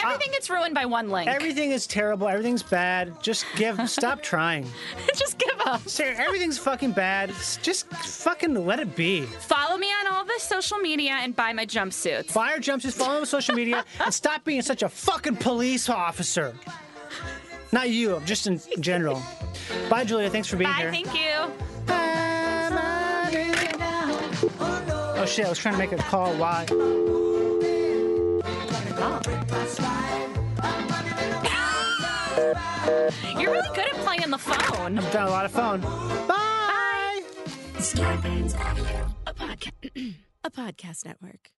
Everything gets ruined by one link.
Everything is terrible. Everything's bad. Just give. stop trying.
just give up.
Sarah, everything's fucking bad. S- Just fucking let it be.
Follow me on all the social media and buy my jumpsuits.
Buy our jumpsuits. Follow them on social media and stop being such a fucking police officer. Not you. I'm Just in general. Bye, Julia. Thanks for being here.
Bye. Thank you.
oh shit! I was trying to make a call. Why?
You're really good at playing the phone.
I've done a lot of phone. Bye.
Scorpions Audio, a podcast, a podcast network.